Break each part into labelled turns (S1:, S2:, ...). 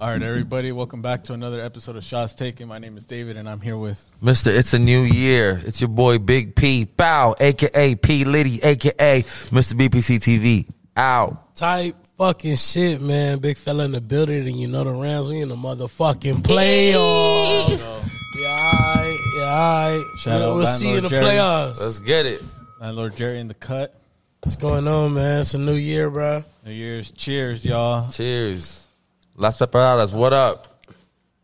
S1: All right, everybody, welcome back to another episode of Shots Taken. My name is David, and I'm here with.
S2: Mister, it's a new year. It's your boy Big P Bow, aka P Liddy, aka Mister BPC TV. Out.
S3: Type fucking shit, man. Big fella in the building, and you know the rounds. We in the motherfucking playoffs. Yeah, all right. Yeah, all right.
S1: Shout
S3: we'll
S1: out
S3: we'll see you in the
S1: Landlord Jerry.
S3: playoffs.
S2: Let's get it.
S1: Landlord Jerry in the cut.
S3: What's going on, man? It's a new year, bro.
S1: New Year's, cheers, y'all.
S2: Cheers. Las Peperadas, what up?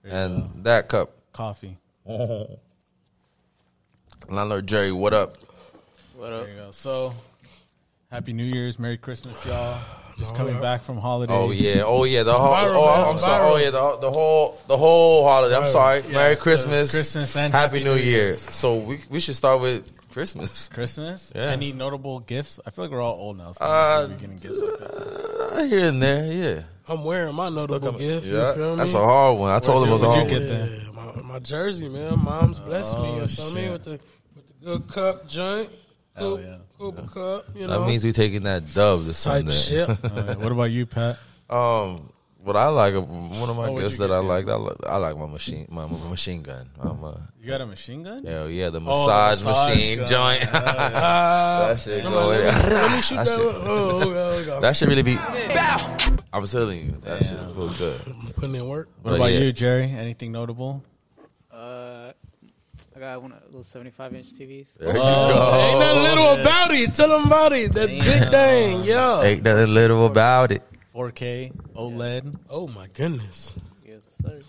S2: And that cup.
S1: Coffee.
S2: Landlord Jerry, what up?
S1: There you go. So, happy New Year's, Merry Christmas, y'all. Just coming back from holiday.
S2: Oh yeah, oh yeah, the whole.
S3: Viral,
S2: oh,
S3: man,
S2: I'm sorry. Oh
S3: viral.
S2: yeah, the, the whole the whole holiday. I'm sorry. Merry
S1: so
S2: Christmas,
S1: it's Christmas and
S2: Happy,
S1: Happy
S2: New
S1: New
S2: Year. So we we should start with Christmas.
S1: Christmas.
S2: Yeah.
S1: Any notable gifts? I feel like we're all old now. So
S2: Uh,
S1: we're getting gifts like that.
S2: Uh, here and there, yeah,
S3: I'm wearing my notable gift.
S2: yeah.
S3: You feel me?
S2: That's a hard one. I told him it
S1: your-
S2: was a
S1: where'd you
S2: hard.
S1: get
S2: one.
S1: that?
S3: Yeah, my, my jersey, man. Mom's blessed me.
S1: Oh,
S3: You feel me
S1: shit.
S3: with the with the good cup joint.
S1: Hell
S3: Coop-
S1: yeah.
S3: Cooper cup. You know,
S2: That means we taking that dub this
S3: type
S2: Sunday.
S3: shit.
S1: All right, What about you, Pat?
S2: Um, what I like, one of my
S1: Oh, what'd
S2: gifts
S1: you
S2: that I
S1: get?
S2: like, I like, I like my machine, my, my machine gun. I'm a,
S1: You got a machine gun?
S2: hell yeah, the
S1: Oh, the
S2: massage,
S1: massage
S2: machine
S1: gun.
S2: joint. that shit
S3: Come
S2: go
S3: on, let, me,
S2: in.
S3: let me shoot
S2: That
S3: that.
S2: shit-
S3: one. Oh, okay, okay.
S2: That should really be. I'm telling you, that shit feel good.
S3: I'm putting in work.
S1: What
S2: But
S1: about
S2: yeah.
S1: you, Jerry? Anything notable?
S4: Uh, I got one of those 75 inch TVs.
S2: There you
S3: Oh, Ain't
S2: go.
S3: nothing little about it. Tell them about it. That big thing, yo.
S2: Ain't nothing little about it.
S1: 4K OLED.
S3: Oh my goodness.
S4: Yes, sir.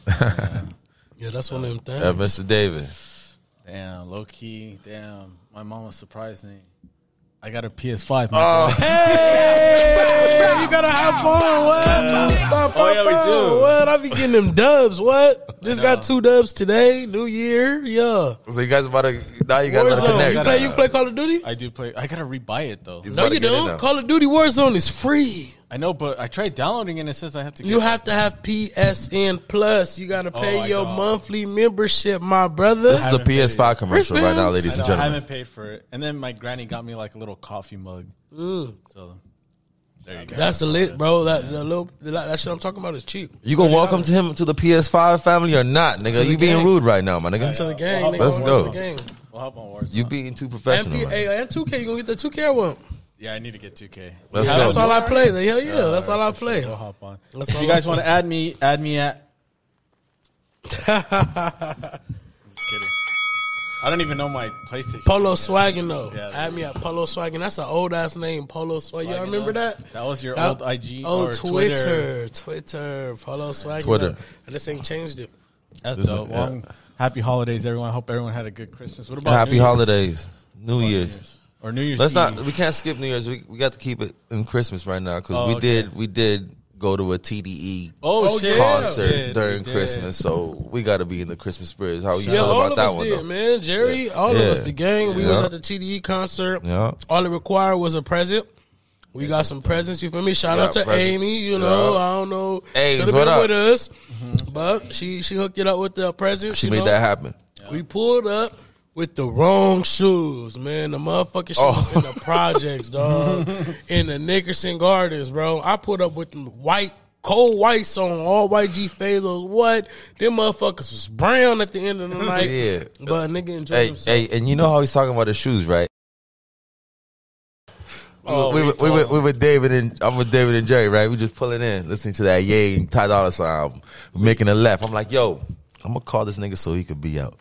S3: Yeah, that's one of them things.
S2: Uh, Mr. David,
S1: Damn, low key. Damn, my mama surprised me. I got a PS5.
S2: Oh,
S1: my boy.
S3: Hey, you gotta hop on. What?
S1: Oh, yeah, we
S3: Hop on,
S1: do.
S3: What? I be getting them dubs. What? Just got two dubs today. New year. Yeah.
S2: so you guys about to now you guys about to
S3: Warzone. uh, You
S2: connect.
S3: play? You play Call of Duty?
S1: I do play. I gotta rebuy it though.
S2: He's
S3: No,
S2: about to
S3: you
S2: get in
S3: don't.
S2: now.
S3: Call of Duty Warzone is free.
S1: I know, but I tried downloading it and it says I have to. Get
S3: You have to have PSN Plus. You gotta pay
S1: I
S3: your
S1: don't.
S3: monthly membership, my brother.
S2: This is the PS5 commercial right
S1: I,
S2: now,
S3: Wristbands?
S2: ladies and
S1: know, I
S2: gentlemen.
S1: haven't paid for it. And then my granny got me like a little coffee mug. So there you go.
S3: Mm, That's a lit, bro. That the little the, that shit I'm talking about is cheap.
S2: You gonna welcome to him to the PS5 family or not, nigga?
S3: the
S2: You being
S3: gang.
S2: rude right now, my
S3: to
S2: nigga.
S3: the game.
S1: Well,
S3: nigga.
S2: let's
S3: Watch
S2: go.
S3: The game.
S1: We'll hop on Warzone.
S2: You being too
S3: And,
S2: professional.
S3: P-
S2: right now.
S3: hey, and 2K, you gonna get the 2K one?
S1: yeah, I need to get 2K.
S2: Let's
S1: Yeah,
S2: go.
S3: That's all I play. The hell yeah, that's all I play.
S1: We'll hop on.
S3: That's
S1: If
S3: all
S1: you
S3: I-
S1: guys want to add me, add me at. I'm just kidding. I don't even know my PlayStation.
S3: Polo Swaggin though.
S1: Yeah.
S3: Add me at Polo Swaggin. That's an old ass name, Polo Swaggin. Y'all remember that?
S1: That was your
S3: That-
S1: old IG
S3: Oh,
S1: or Twitter.
S3: Twitter, Twitter, Polo Swaggin.
S2: Twitter.
S3: And this ain't changed it.
S1: That's
S2: This-
S1: dope.
S2: yeah.
S1: Well, Happy holidays, everyone. I hope everyone had a good Christmas. What about New
S2: Happy
S1: Year's?
S2: holidays, New Year's.
S1: or New Year's?
S2: Let's not.
S1: Eve?
S2: We can't skip New Year's. We we got to keep it in Christmas right now because
S1: Oh,
S2: we
S1: okay.
S2: did we did go to a TDE
S1: Oh,
S3: Oh,
S1: shit!
S3: yeah.
S2: concert
S1: We did, we
S2: during
S1: did.
S2: Christmas, so we got to be in the Christmas spirit. How you
S3: Yeah,
S2: feel
S3: all
S2: about
S3: of
S2: that
S3: us
S2: one
S3: did,
S2: though?
S3: man. Jerry, all
S2: Yeah.
S3: of us, the gang. We was
S2: Yeah.
S3: at the TDE concert.
S2: Yeah.
S3: All it required was a present. We got some presents. You feel me? Shout
S2: Yeah,
S3: out to
S2: present.
S3: Amy. You know,
S2: Yeah.
S3: I don't know.
S2: Ames,
S3: Should've
S2: what
S3: been
S2: up? Mm-hmm.
S3: with us, but she she hooked it up with the presents.
S2: She
S3: you
S2: made
S3: know?
S2: that happen.
S3: We pulled up with the wrong shoes, man. The motherfucking shoes
S2: Oh.
S3: in the projects, dog. in the Nickerson Gardens, bro. I pulled up with them white, cold whites on, all white G Phalos. What? Them motherfuckers was brown at the end of the night.
S2: Yeah.
S3: But nigga enjoyed
S2: Hey,
S3: himself.
S2: hey, and you know how he's talking about the shoes, right?
S1: Oh,
S2: we,
S1: we
S2: were, we,
S1: told
S2: were,
S1: him.
S2: we were David and I'm with David and Jerry, right? We just pulling in, listening to that Ye and Ty Dolla Sign album, making a left. I'm like, yo, I'm gonna call this nigga so he could be out.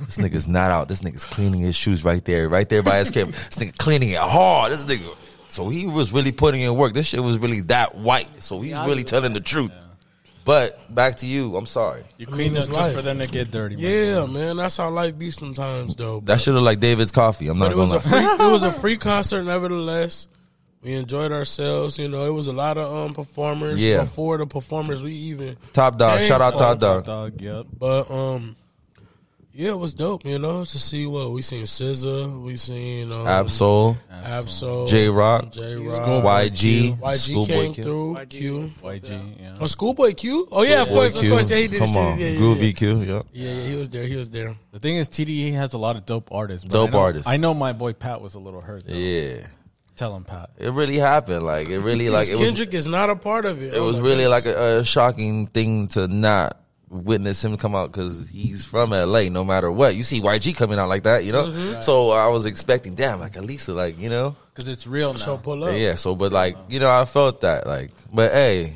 S2: This nigga's not out. This nigga's cleaning his shoes right there, right there by his crib. This nigga cleaning it hard. This nigga. So he was really putting in work. This shit was really that white. So he's
S4: Yeah, I
S2: really
S4: do.
S2: telling the truth. But back to you. I'm sorry.
S1: You
S3: mean,
S1: clean up
S3: it's
S1: just
S3: life.
S1: for them to get dirty. my
S3: Yeah, man. That's how life be sometimes, though.
S2: That should have like David's coffee. I'm not
S3: But it was
S2: gonna
S3: a
S2: lie.
S3: free, it was a free concert, nevertheless. We enjoyed ourselves. You know, it was a lot of um performers
S2: Yeah.
S3: before the performers we even.
S2: Top dog.
S3: Dang,
S2: Shout out
S3: fuck.
S2: Top dog.
S1: Dog, yep.
S3: But um, yeah, it was dope. You know, to see what we seen SZA, we seen um,
S2: Absol,
S3: Absol,
S2: J Rock,
S3: J
S2: School
S3: Rock,
S2: YG,
S3: YG
S2: Schoolboy
S3: came
S2: Q.
S3: through.
S4: YG.
S3: Q.
S1: YG. Yeah.
S3: Oh, Schoolboy Q. Oh yeah, of course,
S2: Boy
S3: of course. Yeah, he
S2: Q.
S3: did.
S2: Come
S3: his shit.
S2: on,
S3: Yeah, yeah,
S2: Groovy
S3: Yeah.
S2: Q. Yeah.
S3: Yeah, yeah, he was there. He was there.
S1: The thing is, TDE has E a lot of dope artists. but
S2: Dope
S1: I know-
S2: artists.
S1: I know my boy Pat was a little hurt. Though.
S2: Yeah.
S1: Tell him, Pat.
S2: It really happened. Like it really like it was.
S3: Kendrick is not a part of it.
S2: It
S3: Oh
S2: was
S3: my
S2: really
S3: goodness.
S2: like a, a shocking thing to not witness him come out because he's from LA. No matter what, you see YG coming out like that, you know.
S3: Mm-hmm.
S2: So I was expecting, damn, like Elisa, like you know,
S1: Because it's real now.
S3: so pull up.
S2: yeah. So, but like you know, I felt that like, but hey,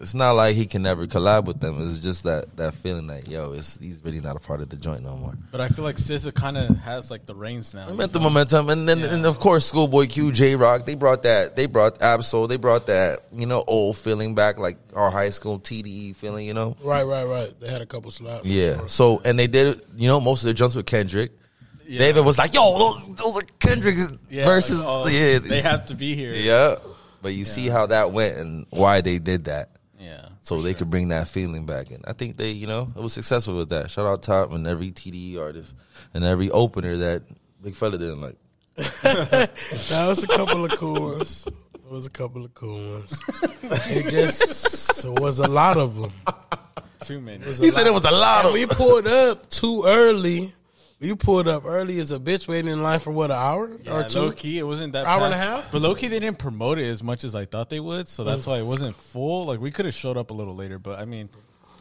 S2: it's not like he can never collab with them. It's just that that feeling that yo, it's he's really not a part of the joint no more.
S1: But I feel like SZA kind of has like the reins now.
S2: I meant the momentum, and then and of course Schoolboy Q, J Rock, they brought that, they brought Absol, they brought that, you know, old feeling back, like our high school TDE feeling, you know.
S3: Right, right, right. They had a couple slaps.
S2: Yeah. So and they did, you know, most of the jumps with Kendrick. David was like, "Yo, those those are Kendrick's
S1: Yeah,
S2: verses."
S1: like, oh,
S2: yeah,
S1: they have to be here.
S2: yeah. But you see how that went and why they did that,
S1: Yeah.
S2: so they could bring that feeling back. And I think they, you know, it was successful with that. Shout out Top and every TDE artist and every opener that Big Fella didn't like.
S3: That was a couple of cool ones. It was a couple of cool ones. It just was a lot of them.
S1: Too many.
S2: He said it was a lot of.
S3: We pulled up too early. We pulled up early as a bitch waiting in line for what an hour or
S1: Yeah,
S3: two.
S1: low key, it wasn't that
S3: Hour and
S1: packed.
S3: a half? Mm.
S1: But low key, they didn't promote it as much as I thought they would, so that's why it wasn't full. Like we could have showed up a little later, but I mean,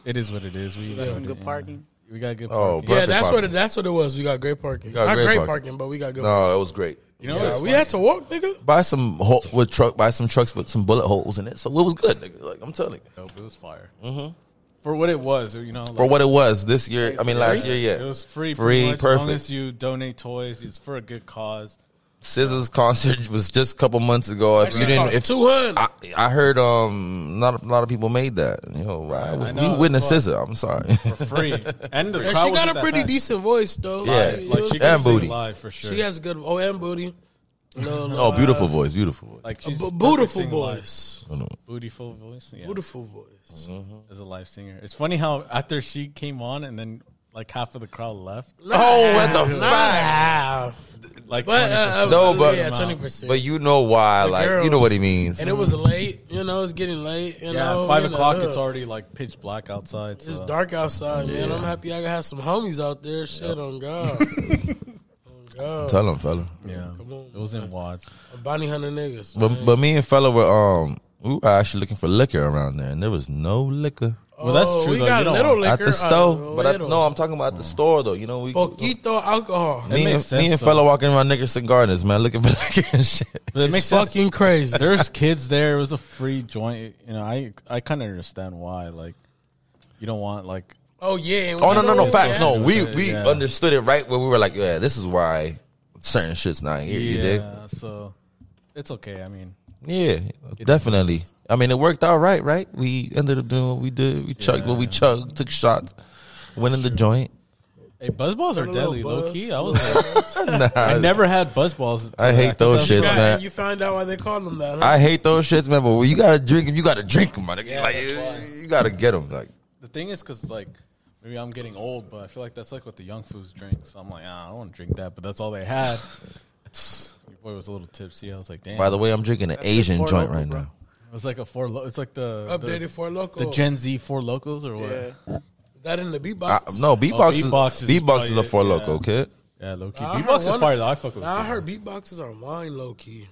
S1: it is what it is. We got
S4: Some good parking.
S1: We got good.
S2: Oh,
S1: Parking.
S2: bro.
S3: Yeah,
S2: Perfect
S3: that's what it,
S2: parking.
S3: that's what it was. We got great parking.
S2: got
S3: Not
S2: great
S3: great,
S2: parking.
S3: parking. but we got good. parking.
S2: No, it was great.
S1: you know,
S3: Yeah,
S1: it's
S3: we
S1: like-
S3: had to walk, nigga.
S2: Buy some ho- with truck, buy some trucks with some bullet holes in it. So it was good. Nigga. Like I'm telling you,
S1: Dope. It was fire. Mm-hmm. For what it was, you know. Like,
S2: for what it was this year. I mean, last year, yeah,
S1: It was free.
S2: free,
S1: Free, much, As
S2: perfect.
S1: long as you donate toys, it's for a good cause.
S2: Scissors concert was just a couple months ago. If you didn't, if
S3: two hundred.
S2: I, I heard, um, not a lot of people made that. You know, I,
S1: I know,
S2: we witnessed
S1: that's
S2: Scissor. I'm sorry.
S1: For free, and the
S3: And
S1: crowd
S3: she got
S1: wasn't
S3: a
S1: that
S3: pretty
S1: packed.
S3: decent voice though.
S2: Yeah.
S3: Like, it
S1: Like
S3: was-
S1: she
S3: she,
S1: can
S2: And
S1: sing
S2: booty.
S1: live for sure.
S3: has a good oh and booty. No, no,
S2: oh, beautiful Mm-hmm. voice, beautiful voice.
S1: like she's
S3: B-
S1: perfect
S3: beautiful
S1: singing live.
S3: voice.
S2: I don't know.
S1: Beautiful voice. Yeah.
S3: Beautiful voice.
S2: Oh,
S1: as a live singer. It's funny how after she came on and then like half of the crowd left.
S2: Oh, that's a
S3: Not
S2: fact.
S3: half.
S1: Like
S3: But uh,
S1: 20%.
S2: No, but-
S3: yeah, twenty percent.
S2: But you know why? Like you know
S3: girls.
S2: what he means.
S3: and it was late. You know, it's getting late. You
S1: yeah,
S3: know,
S1: five
S3: you know,
S1: o'clock.
S3: ugh.
S1: It's already like pitch black outside. So.
S3: It's dark outside, man. I'm happy I got some homies out there. Shit, on God. on God.
S2: Tell him, fella.
S1: Yeah,
S3: Come on,
S1: it was in Watts.
S3: Bonnie Hunter niggas.
S2: But but me and fella were um, we were actually looking for liquor around there, and there was no liquor.
S1: Well, that's
S3: Oh,
S1: true.
S3: We
S1: though.
S3: got
S1: You
S3: a
S1: don't-
S3: little liquor. uh,
S2: at
S3: a
S2: the store. But I,
S3: little.
S2: no, I'm talking about at the store though. You know, we
S3: Poquito alcohol.
S1: It
S2: me
S1: makes
S2: and,
S1: sense,
S2: me and
S1: though.
S2: fella walking around Nickerson Gardens, man, looking for liquor and shit.
S1: But it makes sense.
S3: Fucking crazy.
S1: There's kids there. It was a free joint. You know, I I kind of understand why. Like, you don't want like
S3: Oh yeah. and
S2: Oh
S3: we
S2: no, no,
S3: know
S2: no,
S3: it's
S2: facts. No,
S1: Yeah.
S2: we we
S1: Yeah.
S2: understood it right when we were like, yeah, this is why certain shit's not here. You dig?
S1: yeah. So it's okay. I mean,
S2: Yeah, definitely. I mean, it worked out right, right? We ended up doing what we did. We chugged what we
S1: Yeah.
S2: chugged, took shots, went in the joint.
S1: hey, buzz balls are
S3: a little
S1: deadly. Low key,
S3: buzz,
S1: I was
S3: little
S1: like,
S3: buzz.
S2: Nah,
S1: I
S2: I,
S1: never had buzz balls.
S2: I hate
S1: till
S2: those
S1: that-
S2: shits,
S3: Yeah,
S2: man.
S3: and You found out why they called them that. Huh?
S2: hate those shits, man. But when you gotta drink 'em, You gotta drink 'em, my nigga. like you gotta get 'em. Like
S1: The thing is, because like maybe I'm getting old, but I feel like that's like what the young fools drink. So I'm like, ah, I don't want to drink that, but that's all they had. Your boy was a little tipsy. I was like, damn.
S2: by the way, I'm drinking an Asian
S4: Four
S2: joint
S4: Loko,
S2: right
S4: bro.
S2: now.
S1: it was like a four. Lo- it's like the
S3: Updated
S1: the,
S3: for local.
S1: the Gen Z four locals or what?
S4: Yeah.
S1: Yeah,
S3: that in the
S2: I,
S3: beatbox.
S2: no, beatbox is
S1: beatbox is
S2: beatbox is
S1: probably
S2: a four
S1: it, yeah.
S2: loco kid.
S1: low key.
S3: Nah, I
S1: Beatbox
S3: heard
S1: is
S3: one-
S1: fire. Though. I fuck with.
S3: Nah, I
S1: Beatbox.
S3: heard beatboxes are wine low key.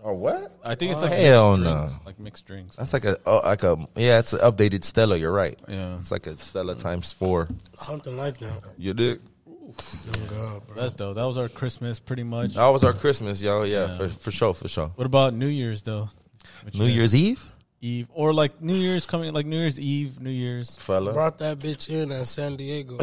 S2: Or what?
S1: I think it's
S2: Oh,
S1: like
S2: hell
S1: mixed
S2: no.
S1: drinks, like mixed drinks.
S2: That's like a oh, like a yeah. It's an updated Stella. You're right.
S1: Yeah.
S2: it's like a Stella times four.
S3: Something like that.
S2: You dig?
S3: Oh God, bro.
S1: That's dope. That was our Christmas, pretty much.
S2: That was our Christmas, yo. Yeah, For, for sure, for sure.
S1: What about New Year's though? What you
S2: New
S1: got?
S2: Year's Eve,
S1: Eve or like New Year's coming, like New Year's Eve, New Year's.
S2: fella.
S3: Brought that bitch in at San Diego.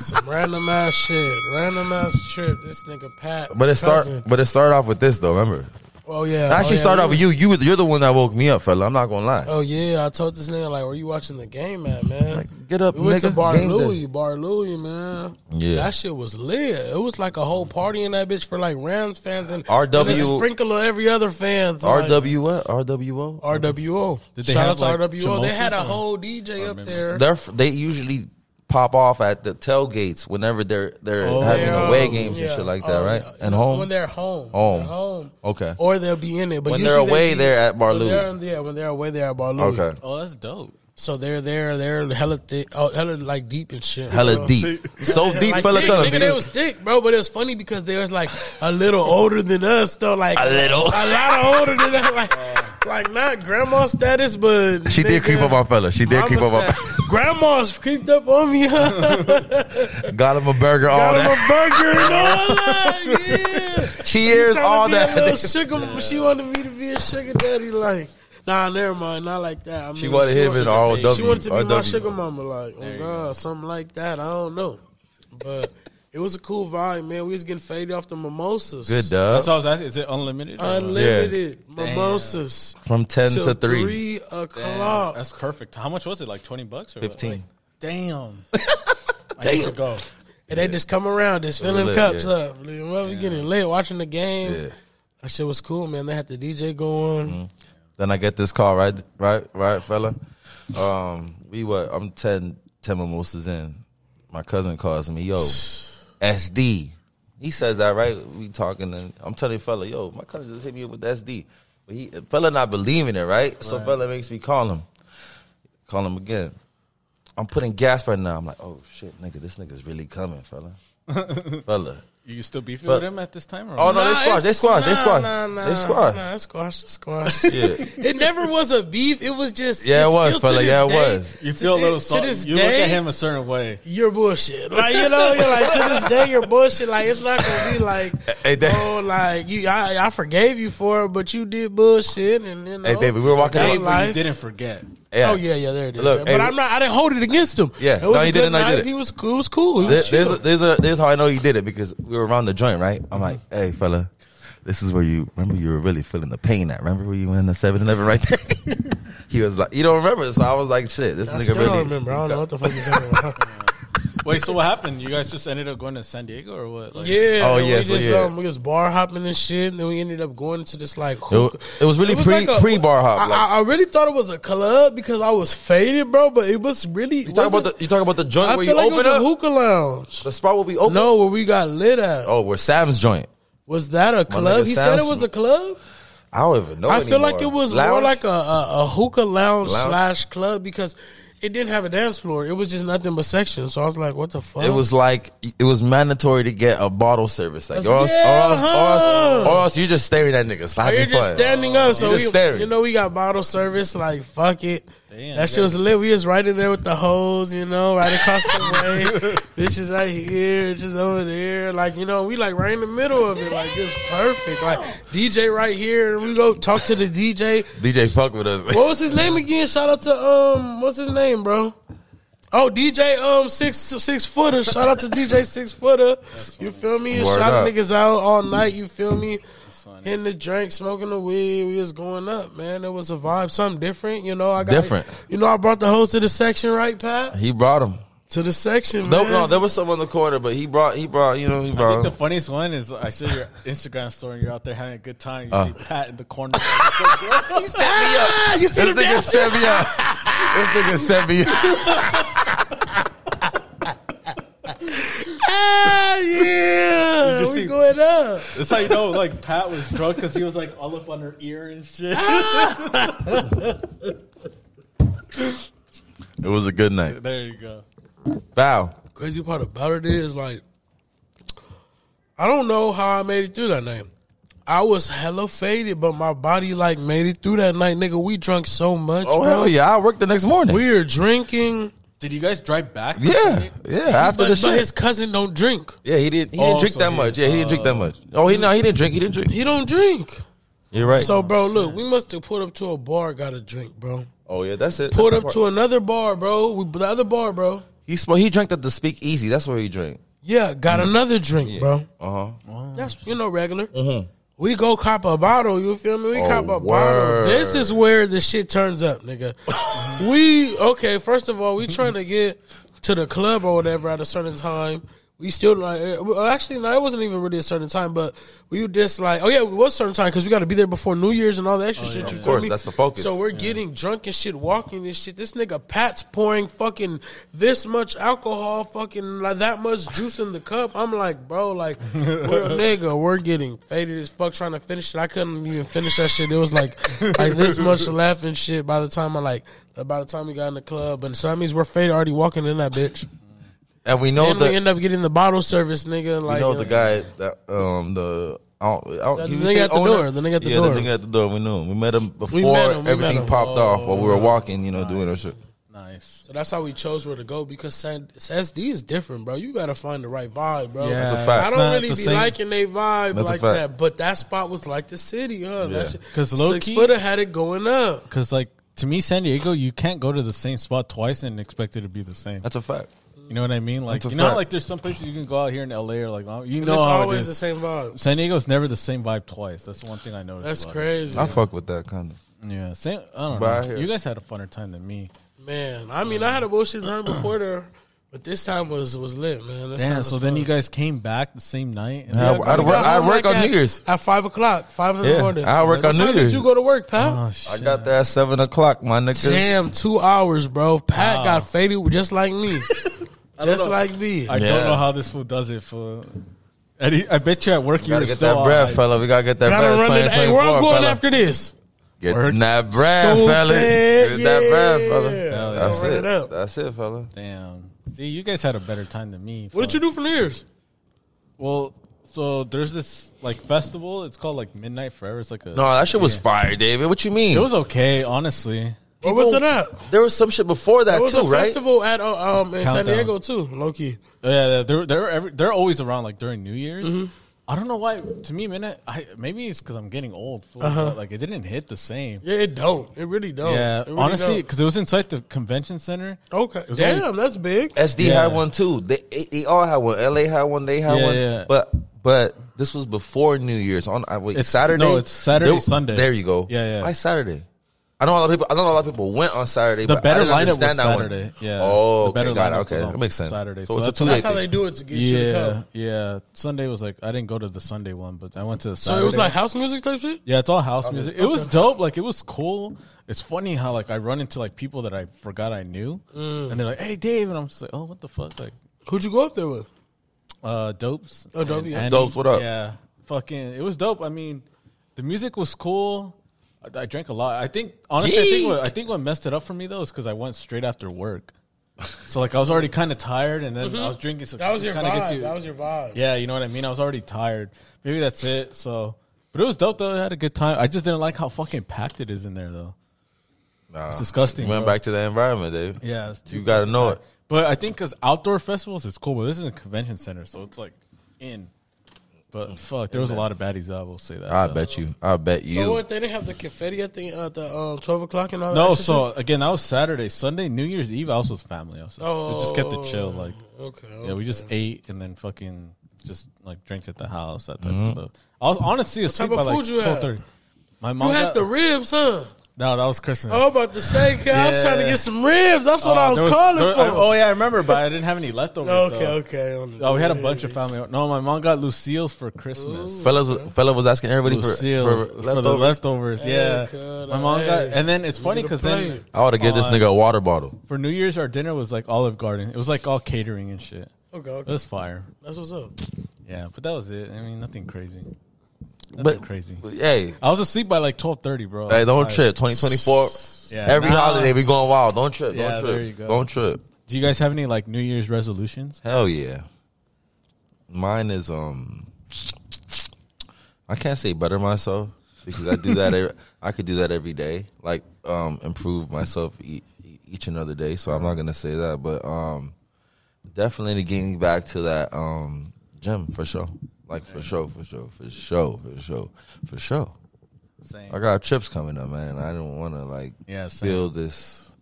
S3: Some random ass shit. Random ass trip. This nigga Pat.
S2: But it start, but it start off with this though. Remember,
S3: Oh yeah.
S2: I actually
S3: oh, yeah,
S2: started
S3: we
S2: off
S3: were-
S2: with you. You, were- you're the one that woke me up, fella. I'm not gonna lie.
S3: Oh yeah, I told this nigga like, where you watching the game at, man?
S2: Like, get up,
S3: We went to
S2: nigga.
S3: Bar
S2: Game day.
S3: Louie, Bar Louie, man.
S2: Yeah.
S3: that shit was lit. It was like a whole party in that bitch for like Rams fans and
S2: RW
S3: and a sprinkle of every other fans.
S2: RW what? RWO.
S3: like, RWO.
S1: Did they
S3: Shout
S1: have,
S3: out to
S1: like,
S3: RWO. They had a
S1: samosas or-
S3: whole DJ up
S1: remember.
S3: there.
S2: They're they usually pop off at the tailgates whenever they're they're having
S3: They're,
S2: away
S3: um,
S2: games and
S3: yeah.
S2: shit like
S3: Oh,
S2: that, right?
S3: yeah.
S2: And home.
S3: when they're Oh, home,
S2: Home.
S3: They're home.
S2: okay.
S3: Or they'll be in it, but
S2: When they're
S3: usually they
S2: away,
S3: be-
S2: they're at Bar
S3: when
S2: Louie.
S3: they're- Yeah, when they're away, they're at Bar Louie.
S2: okay.
S1: Oh, that's dope.
S3: So they're there, they're hella thick, oh, hella like deep and shit.
S2: Hella
S3: bro.
S2: deep. So deep, fella.
S3: thick.
S2: tell
S3: Nigga, they
S2: him.
S3: was thick, bro. But it was funny because they was like a little older than us, though. Like
S2: A little.
S3: a lot older than us. Like, like not grandma status, but
S2: She did
S3: nigga,
S2: creep up on fella. She did
S3: mama
S2: creep up on
S3: stat- Grandma's creeped up on me. huh?
S2: Got him a burger, all
S3: Got him
S2: that.
S3: a burger and all that. Yeah.
S2: Cheers,
S3: She tryna
S2: all
S3: be a little
S2: that.
S3: sugar- she wanted me to be a sugar daddy, like. Nah, never mind. Not like that. I mean,
S2: She wanted him in
S3: to-
S2: ROW.
S3: She wanted to be my
S2: ROW.
S3: sugar mama, like, oh god, something like that. I don't know, but it was a cool vibe, man. We was getting faded off the mimosas.
S2: Good dub.
S1: That's what I was asking. Is it unlimited? or not?
S3: Unlimited mimosas
S2: From 10
S3: till
S2: to 3.
S3: three
S1: Damn,
S3: o'clock.
S1: That's perfect. How much was it? Like twenty bucks or what?
S2: 15.
S1: Like, damn. I used to go.
S3: and they just come around, just filling
S2: lit,
S3: cups
S2: yeah.
S3: up. Like, Well, we getting lit, watching the games.
S2: Yeah. Mm-hmm.
S3: That shit was cool, man. They had the DJ going.
S2: Then I get this call, right, right, right, fella. Um, we what? I'm 10, 10 mimosas in. My cousin calls me, yo, SD. He says that, right? We talking, and I'm telling fella, yo, my cousin just hit me up with SD. But he, fella not believing it, right? So fella makes me call him, call him again. I'm putting gas right now. I'm like, oh shit, nigga, this nigga's really coming, fella, fella.
S1: You still beefing
S2: But-
S1: with him at this time? Or
S2: Oh no,
S3: Nah,
S2: they squash, they
S3: it's-
S2: squash, they
S3: nah,
S2: squash,
S3: nah, nah,
S2: they squash.
S3: Nah, it's squash, it's squash.
S2: Yeah.
S3: It never was a beef. It was just
S2: Yeah, it
S3: it's
S2: was,
S3: still to
S2: fella.
S3: this
S2: Yeah, it
S3: day,
S2: was.
S1: You feel a little
S3: to
S1: salty.
S3: this
S1: You look
S3: day-
S1: at him a certain way.
S3: You're bullshit. Like you know, you're like to this day you're bullshit. Like it's not gonna be like
S2: Hey, that-
S3: oh, like you. I, I forgave you for it, but you did bullshit, and you know.
S2: Hey, David, we were walking.
S3: That's
S1: Hey,
S2: up-
S1: but
S3: life.
S1: you didn't forget.
S3: Oh yeah, yeah, there it is.
S2: Look,
S3: Yeah,
S2: hey,
S3: but I'm not. I didn't hold it against him.
S2: Yeah,
S3: it
S2: no,
S3: was
S2: he
S3: a
S2: did
S3: good
S2: it, no, he
S3: night.
S2: did it.
S3: He was cool. It was cool. He
S2: There-
S3: was
S2: there's,
S3: chill.
S2: a, there's, a, there's how I know you did it because we were around the joint, right? I'm like, hey, fella, this is where you remember you were really feeling the pain at. Remember when you went in the 7 Eleven right there? he was like, you don't remember. So I was like, shit, this
S3: I
S2: nigga
S3: still
S2: really.
S3: don't remember. I don't know what the fuck you're talking about.
S1: Wait, so what happened? You guys just ended up going to San Diego or what? Like,
S3: Yeah.
S2: Oh,
S3: and
S2: yeah,
S3: We
S2: so
S3: just
S2: yeah.
S3: um, we was bar hopping and shit, and then we ended up going to this like.
S2: It wa-
S3: hookah-
S2: it was really pre- pre-bar hop,
S3: I,
S2: like-
S3: I, I really thought it was a club because I was faded, bro. But it was really.
S2: You talking, about the, you talking about the joint
S3: I
S2: where
S3: feel
S2: you
S3: like it
S2: open
S3: was a
S2: up?
S3: hookah lounge.
S2: The spot where we open
S3: No, where we got lit at.
S2: Oh, where Sam's joint.
S3: Was that a club?
S2: nigga
S3: He said it
S2: Sam's-
S3: was a club.
S2: I don't even know.
S3: I feel like it
S2: anymore.
S3: was more
S2: Lounge?
S3: like a, a, a hookah lounge,
S2: Lounge?
S3: slash club because it didn't have a dance floor. It was just nothing but sections. So I was like, what the fuck?
S2: It was like it was mandatory to get a bottle service, like or else,
S3: Yeah,
S2: or, else, or, else,
S3: huh?
S2: or else you just staring at niggas.
S3: Oh,
S2: Stop
S3: you're just standing up, so
S2: You're just
S3: we,
S2: staring.
S3: you know we got bottle service. Like fuck it,
S1: Damn,
S3: that
S1: you
S3: shit was lit. We was right in there with the hoes, you know, right across the way. Bitches right here, just over there. Like you know, we like right in the middle of it. Like it's perfect. Like DJ right here, and we go talk to the DJ.
S2: DJ fuck with us.
S3: What was his name again? Shout out to um, what's his name, bro? Oh, DJ um six six footer. Shout out to DJ six footer. You feel me?
S2: Word
S3: Shout out
S2: up.
S3: niggas out all night. You feel me? Hitting the drink, smoking the weed. We was going up, man. It was a vibe, something different. You know, I got
S2: Different.
S3: You know, I brought the host to the section, right, Pat?
S2: He brought him.
S3: To the section,
S2: No,
S3: man.
S2: no, there was someone in the corner, but he brought, he brought, you know, he
S1: I think
S2: brought.
S1: the funniest one is I see your Instagram story. You're out there having a good time. You
S2: Uh.
S1: see Pat in the corner.
S3: ah, you see
S2: this
S3: the
S2: nigga
S3: dance?
S2: set me up. This nigga set me up.
S3: Ah, yeah.
S1: just
S3: We
S1: see-
S3: going up.
S1: That's how you know, like Pat was drunk because he was like all up on her ear and shit.
S2: It was a good night.
S1: there you go.
S2: Bow.
S3: crazy part about it is like I don't know how I made it through that night. I was hella faded, but my body like made it through that night, nigga. We drunk so much,
S2: Oh
S3: bro.
S2: hell yeah! I worked the next morning.
S3: We are drinking,
S1: Did you guys drive back? from San
S2: yeah,
S1: Diego?
S2: yeah. After
S3: but,
S2: the
S3: but
S2: shit.
S3: his cousin don't drink.
S2: yeah, he didn't. He
S1: Oh,
S2: didn't drink
S1: so
S2: that
S1: he-
S2: much. Yeah, he didn't drink
S3: Uh,
S2: that much. Oh, he no, he didn't drink. He didn't drink.
S3: He don't drink.
S2: You're right.
S3: So, bro, look, we must have pulled up to a bar, got a drink, bro.
S2: oh yeah, that's it.
S3: Pulled
S2: That's
S3: up
S2: the part.
S3: to another bar, bro. We the other bar, bro.
S2: He spoke. He drank at the speakeasy. That's where he drank.
S3: Yeah, got
S2: Mm-hmm.
S3: another drink, bro.
S2: Uh huh.
S3: That's you know regular.
S2: Mm-hmm.
S3: We go cop a bottle. You feel me? We cop a bottle.
S2: Oh, word.
S3: This is where the shit turns up, nigga. we okay. First of all, we trying to get to the club or whatever at a certain time. We still like eh, well, actually no, it wasn't even really a certain time, but we just like oh yeah, it was certain time because we got to be there before New Year's and all that extra shit. you
S2: Oh, Of
S3: feel
S2: course,
S3: me?
S2: that's the focus.
S3: So we're getting drunk and shit, walking and shit. This nigga Pat's pouring fucking this much alcohol, fucking like that much juice in the cup. I'm like, bro, like, we're, nigga, we're getting faded as fuck trying to finish it. I couldn't even finish that shit. It was like, like this much left and shit. By the time I like And by the time we got in the club, and so that means we're fade already walking in that bitch.
S2: And we know
S3: Then we
S2: the
S3: end up getting the bottle service, nigga.
S2: we
S3: Like
S2: know
S3: uh,
S2: the guy that um the. I don't, I don't,
S3: The
S2: you
S3: nigga
S2: say
S3: at the
S2: owner?
S3: door, the nigga at the
S2: yeah,
S3: door.
S2: the nigga at the door. We knew him. We met him before
S3: met him, we
S2: everything
S3: met him. Oh,
S2: popped off while we were walking. You know, doing our shit.
S1: Nice.
S3: So that's how we chose where to go because San- SD is different, bro. You gotta find the right vibe, bro.
S1: Yeah, That's
S2: a fact.
S3: I
S1: it's not
S3: don't really
S1: the
S3: be
S1: same-
S3: liking they vibe
S2: That's a
S3: like
S2: fact.
S3: that, but that spot was like the city, huh?
S2: Yeah.
S3: That shit-
S1: 'Cause low
S3: six
S1: key-
S3: footer had it going up.
S1: Because, like, to me, San Diego, you can't go to the same spot twice and expect it to be the same.
S2: That's a fact.
S1: You know what I mean? Like,
S2: That's a
S1: you know, how,
S2: fact.
S1: like there's some places you can go out here in LA or like, you
S3: And
S1: know,
S3: it's
S1: how it
S3: always
S1: is.
S3: the same vibe.
S1: San Diego's never the same vibe twice. That's the one thing I noticed.
S3: That's
S1: about
S3: crazy,
S2: I fuck with that kind of.
S1: It. Yeah, same. I don't
S2: But I
S1: know.
S2: hear-
S1: You guys had a funner time than me.
S3: man. I mean, I had a bullshit time before there, but this time was was lit, man. This time
S1: Damn.
S3: was
S1: So then
S3: fun.
S1: you guys came back the same night. And
S2: Yeah. I-
S3: bro,
S2: I'd
S3: we
S2: work-
S3: got
S2: I'd
S3: home
S2: work on
S3: at-
S2: New Year's.
S3: at five o'clock, five in the
S2: Yeah,
S3: morning.
S2: I work
S3: What
S2: on New
S3: time
S2: Year's.
S3: Did you go to work, pal?
S1: Oh, shit.
S2: I got there at seven o'clock, my nigga.
S3: Damn, two hours, bro. Pat
S1: Wow.
S3: got faded just like me, just like me.
S1: I
S2: Yeah.
S1: don't know how this fool does it for. And he, I bet you at work you
S2: gotta
S1: were
S2: get
S1: still
S2: that bread,
S1: high.
S2: fella. We gotta get that
S3: Gotta
S2: bread.
S3: run it. Hey, where I'm going after this?
S2: Get
S1: Work.
S2: that bread,
S3: Stupid.
S2: fella. Get that bread, fella.
S3: Yeah.
S2: That's
S3: Run
S2: it.
S3: it up.
S2: That's it, fella.
S1: Damn. See, you guys had a better time than me.
S3: What did you do for New Year's?
S1: Well, so there's this like festival. It's called like Midnight Forever. It's like a.
S2: No, that shit was fire, David. What you mean?
S1: It was okay, honestly.
S3: Where was it at?
S2: There was some shit before that
S3: It was
S2: too,
S3: a
S2: right?
S3: festival at uh, um in San
S1: Countdown.
S3: Diego too, low key.
S1: Oh, Yeah, they're they're every, they're always around like during New Year's.
S3: Mm-hmm.
S1: I don't know why. To me, minute, I maybe it's because I'm getting old. fool,
S3: Uh-huh.
S1: but, like it didn't hit the same.
S3: Yeah, it don't. It really don't.
S1: yeah,
S3: It really
S1: honestly,
S3: don't.
S1: because it was inside the convention center.
S3: Okay.
S1: was
S3: Damn,
S1: only-
S3: that's big.
S2: SD
S1: Yeah.
S2: had one too. They they all had one. LA had one. They had
S1: Yeah,
S2: one.
S1: yeah.
S2: But but this was before New Year's on I wait,
S1: It's-
S2: Saturday.
S1: no, it's Saturday,
S2: There-
S1: Sunday.
S2: There you go.
S1: Yeah, yeah.
S2: Why Saturday? I know a lot of people. I know a lot of people went on Saturday.
S1: The
S2: but I
S1: better
S2: didn't
S1: lineup was
S2: understand that one.
S1: Saturday. Yeah.
S2: Oh,
S1: the
S2: okay,
S1: better
S2: got it.
S1: lineup
S2: Okay,
S1: was on
S2: that makes sense.
S1: Saturday. So
S2: So, it's a
S1: that's
S2: two
S1: why-
S2: day
S3: That's how they do it to get you to
S1: Yeah,
S3: come.
S1: yeah. Sunday was like I didn't go to the Sunday one, but I went to the
S3: So
S1: Saturday.
S3: it was like house music type shit.
S1: yeah, it's all house music. It was dope. Like it was cool. It's funny how like I run into like people that I forgot I knew,
S3: Mm.
S1: and they're like, "Hey, Dave," and I'm just like, "Oh, what the fuck?" Like
S3: Who'd you go up there with?
S1: uh dopes
S3: Oh, Dope,
S1: and
S3: yeah.
S1: Annie.
S2: Dopes, what up?
S1: yeah fucking it was dope i mean the music was cool i, I drank a lot i think honestly i think what i think what messed it up for me though is because i went straight after work so like i was already kind of tired and then i was drinking so
S3: Mm-hmm. That was
S1: it
S3: your
S1: kinda gets
S3: vibe.
S1: you-
S3: That was your vibe.
S1: yeah you know what i mean i was already tired maybe that's it so but it was dope though i had a good time i just didn't like how fucking packed it is in there though
S2: Nah.
S1: it's disgusting
S2: You went
S1: bro.
S2: back to the environment, Dave.
S1: yeah it's too
S2: You gotta know it.
S1: but I think because outdoor festivals is cool, but this is a convention center, so it's like in. But fuck, there was a lot of baddies. I will say that.
S2: I
S1: though.
S2: bet you. I bet you.
S3: So what? They didn't have the confetti at the at the um, twelve o'clock and all that.
S1: No,
S3: extra shit?
S1: so again, that was Saturday, Sunday, New Year's Eve. I also was family. I was just,
S3: Oh.
S1: we just kept it chill. Like,
S3: okay,
S1: yeah, we just ate and then fucking just like drank at the house, that type of stuff. I was honestly asleep
S3: Mm-hmm. type
S1: by
S3: of
S1: like
S3: food you had?
S1: twelve thirty. My mom
S3: You had
S1: got-
S3: the ribs, huh?
S1: no, that was Christmas.
S3: I was about to say, 'cause I was
S1: Yeah.
S3: trying to get some ribs. That's what
S1: Uh,
S3: I was,
S1: there
S3: calling
S1: there-
S3: for. Oh,
S1: oh yeah, I remember, but I didn't have any leftovers.
S3: okay,
S1: though.
S3: okay. on the
S1: Oh, we had a
S3: ribs.
S1: bunch of family. No, my mom got Lucille's for Christmas.
S2: Fellas, fella was asking everybody for,
S1: Lucille's
S2: for
S1: for, the
S2: leftovers.
S1: leftovers. yeah,
S3: coulda,
S1: my mom got,
S3: hey.
S1: and then it's funny
S3: get a
S1: because then
S3: plate.
S2: I ought to give this
S1: on-
S2: nigga a water bottle.
S1: for New Year's our dinner was like Olive Garden. It was like all catering and shit.
S3: Okay,
S1: It
S3: okay.
S1: was fire.
S3: That's what's up.
S1: Yeah, but that was it. I mean, nothing crazy. Nothing
S2: But-
S1: crazy.
S2: But, hey,
S1: I was asleep by like twelve thirty, bro. I
S2: hey,
S1: was
S2: don't
S1: tired.
S2: trip. Twenty twenty four.
S1: Yeah,
S2: Every
S1: nah.
S2: holiday we going wild. Don't trip. Don't
S1: Yeah,
S2: trip.
S1: there you go.
S2: Don't trip.
S1: Do you guys have any like New Year's resolutions?
S2: Hell yeah. Mine is um. I can't say better myself because I do that. every, I could do that every day. Like um, improve myself e- e- each and other day. So I'm not gonna say that, but um, definitely getting back to that um gym for sure. Like for sure, for sure, for sure, for sure, for sure.
S1: Same.
S2: I got trips coming up, man, and I don't want to like
S1: Yeah, same.
S2: feel this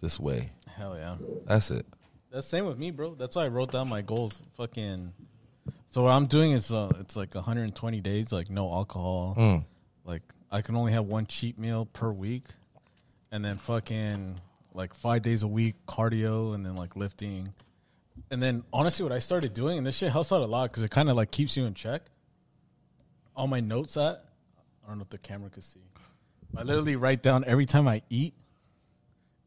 S2: this way.
S1: Hell yeah.
S2: That's it.
S1: That's same with me, bro. That's why I wrote down my goals. Fucking. So what I'm doing is uh, it's like 120 days, like no alcohol. Like I can only have one cheat meal per week, and then fucking like five days a week cardio, and then like lifting, and then honestly, what I started doing, and this shit helps out a lot because it kind of like keeps you in check. All my notes at, I don't know if the camera could see. I literally write down every time I eat,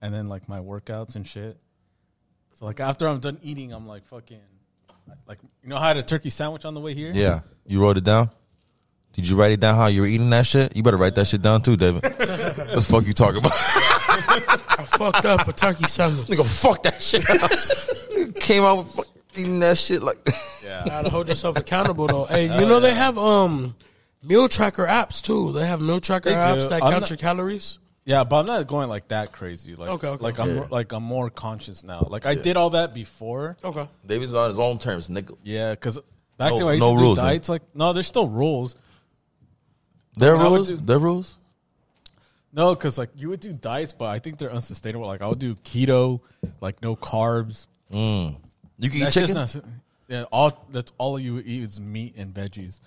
S1: and then like my workouts and shit. So like after I'm done eating, I'm like fucking, like you know how I had a turkey sandwich on the way here.
S2: Yeah. You wrote it down? Did you write it down how you were eating that shit? You better write that shit down too, David. what the fuck you talking about?
S3: I fucked up a turkey sandwich.
S2: Nigga, fuck that shit. Came out with fuck- eating that shit like.
S1: Yeah.
S3: Gotta hold yourself accountable though. Hey, you know they have um meal tracker apps too. They have meal tracker
S1: They do.
S3: apps that
S1: I'm
S3: count
S1: not-
S3: your calories.
S1: Yeah, but I'm not going like that crazy. Like,
S3: Okay, okay.
S1: like I'm
S2: Yeah.
S1: like I'm more conscious now. Like I did all that before.
S3: Okay.
S2: David's on his own terms, nigga.
S1: Yeah, because back
S2: No-
S1: then when I used
S2: no
S1: to
S2: rules,
S1: do
S2: huh?
S1: diets, like no, there's still rules.
S2: Their
S1: I would
S2: rules?
S1: do-
S2: Their rules?
S1: No, because like you would do diets, but I think they're unsustainable. Like I would do keto, like no carbs.
S2: You can eat
S1: That's
S2: chicken?
S1: just not. su- Yeah, all that's all you eat is meat and veggies.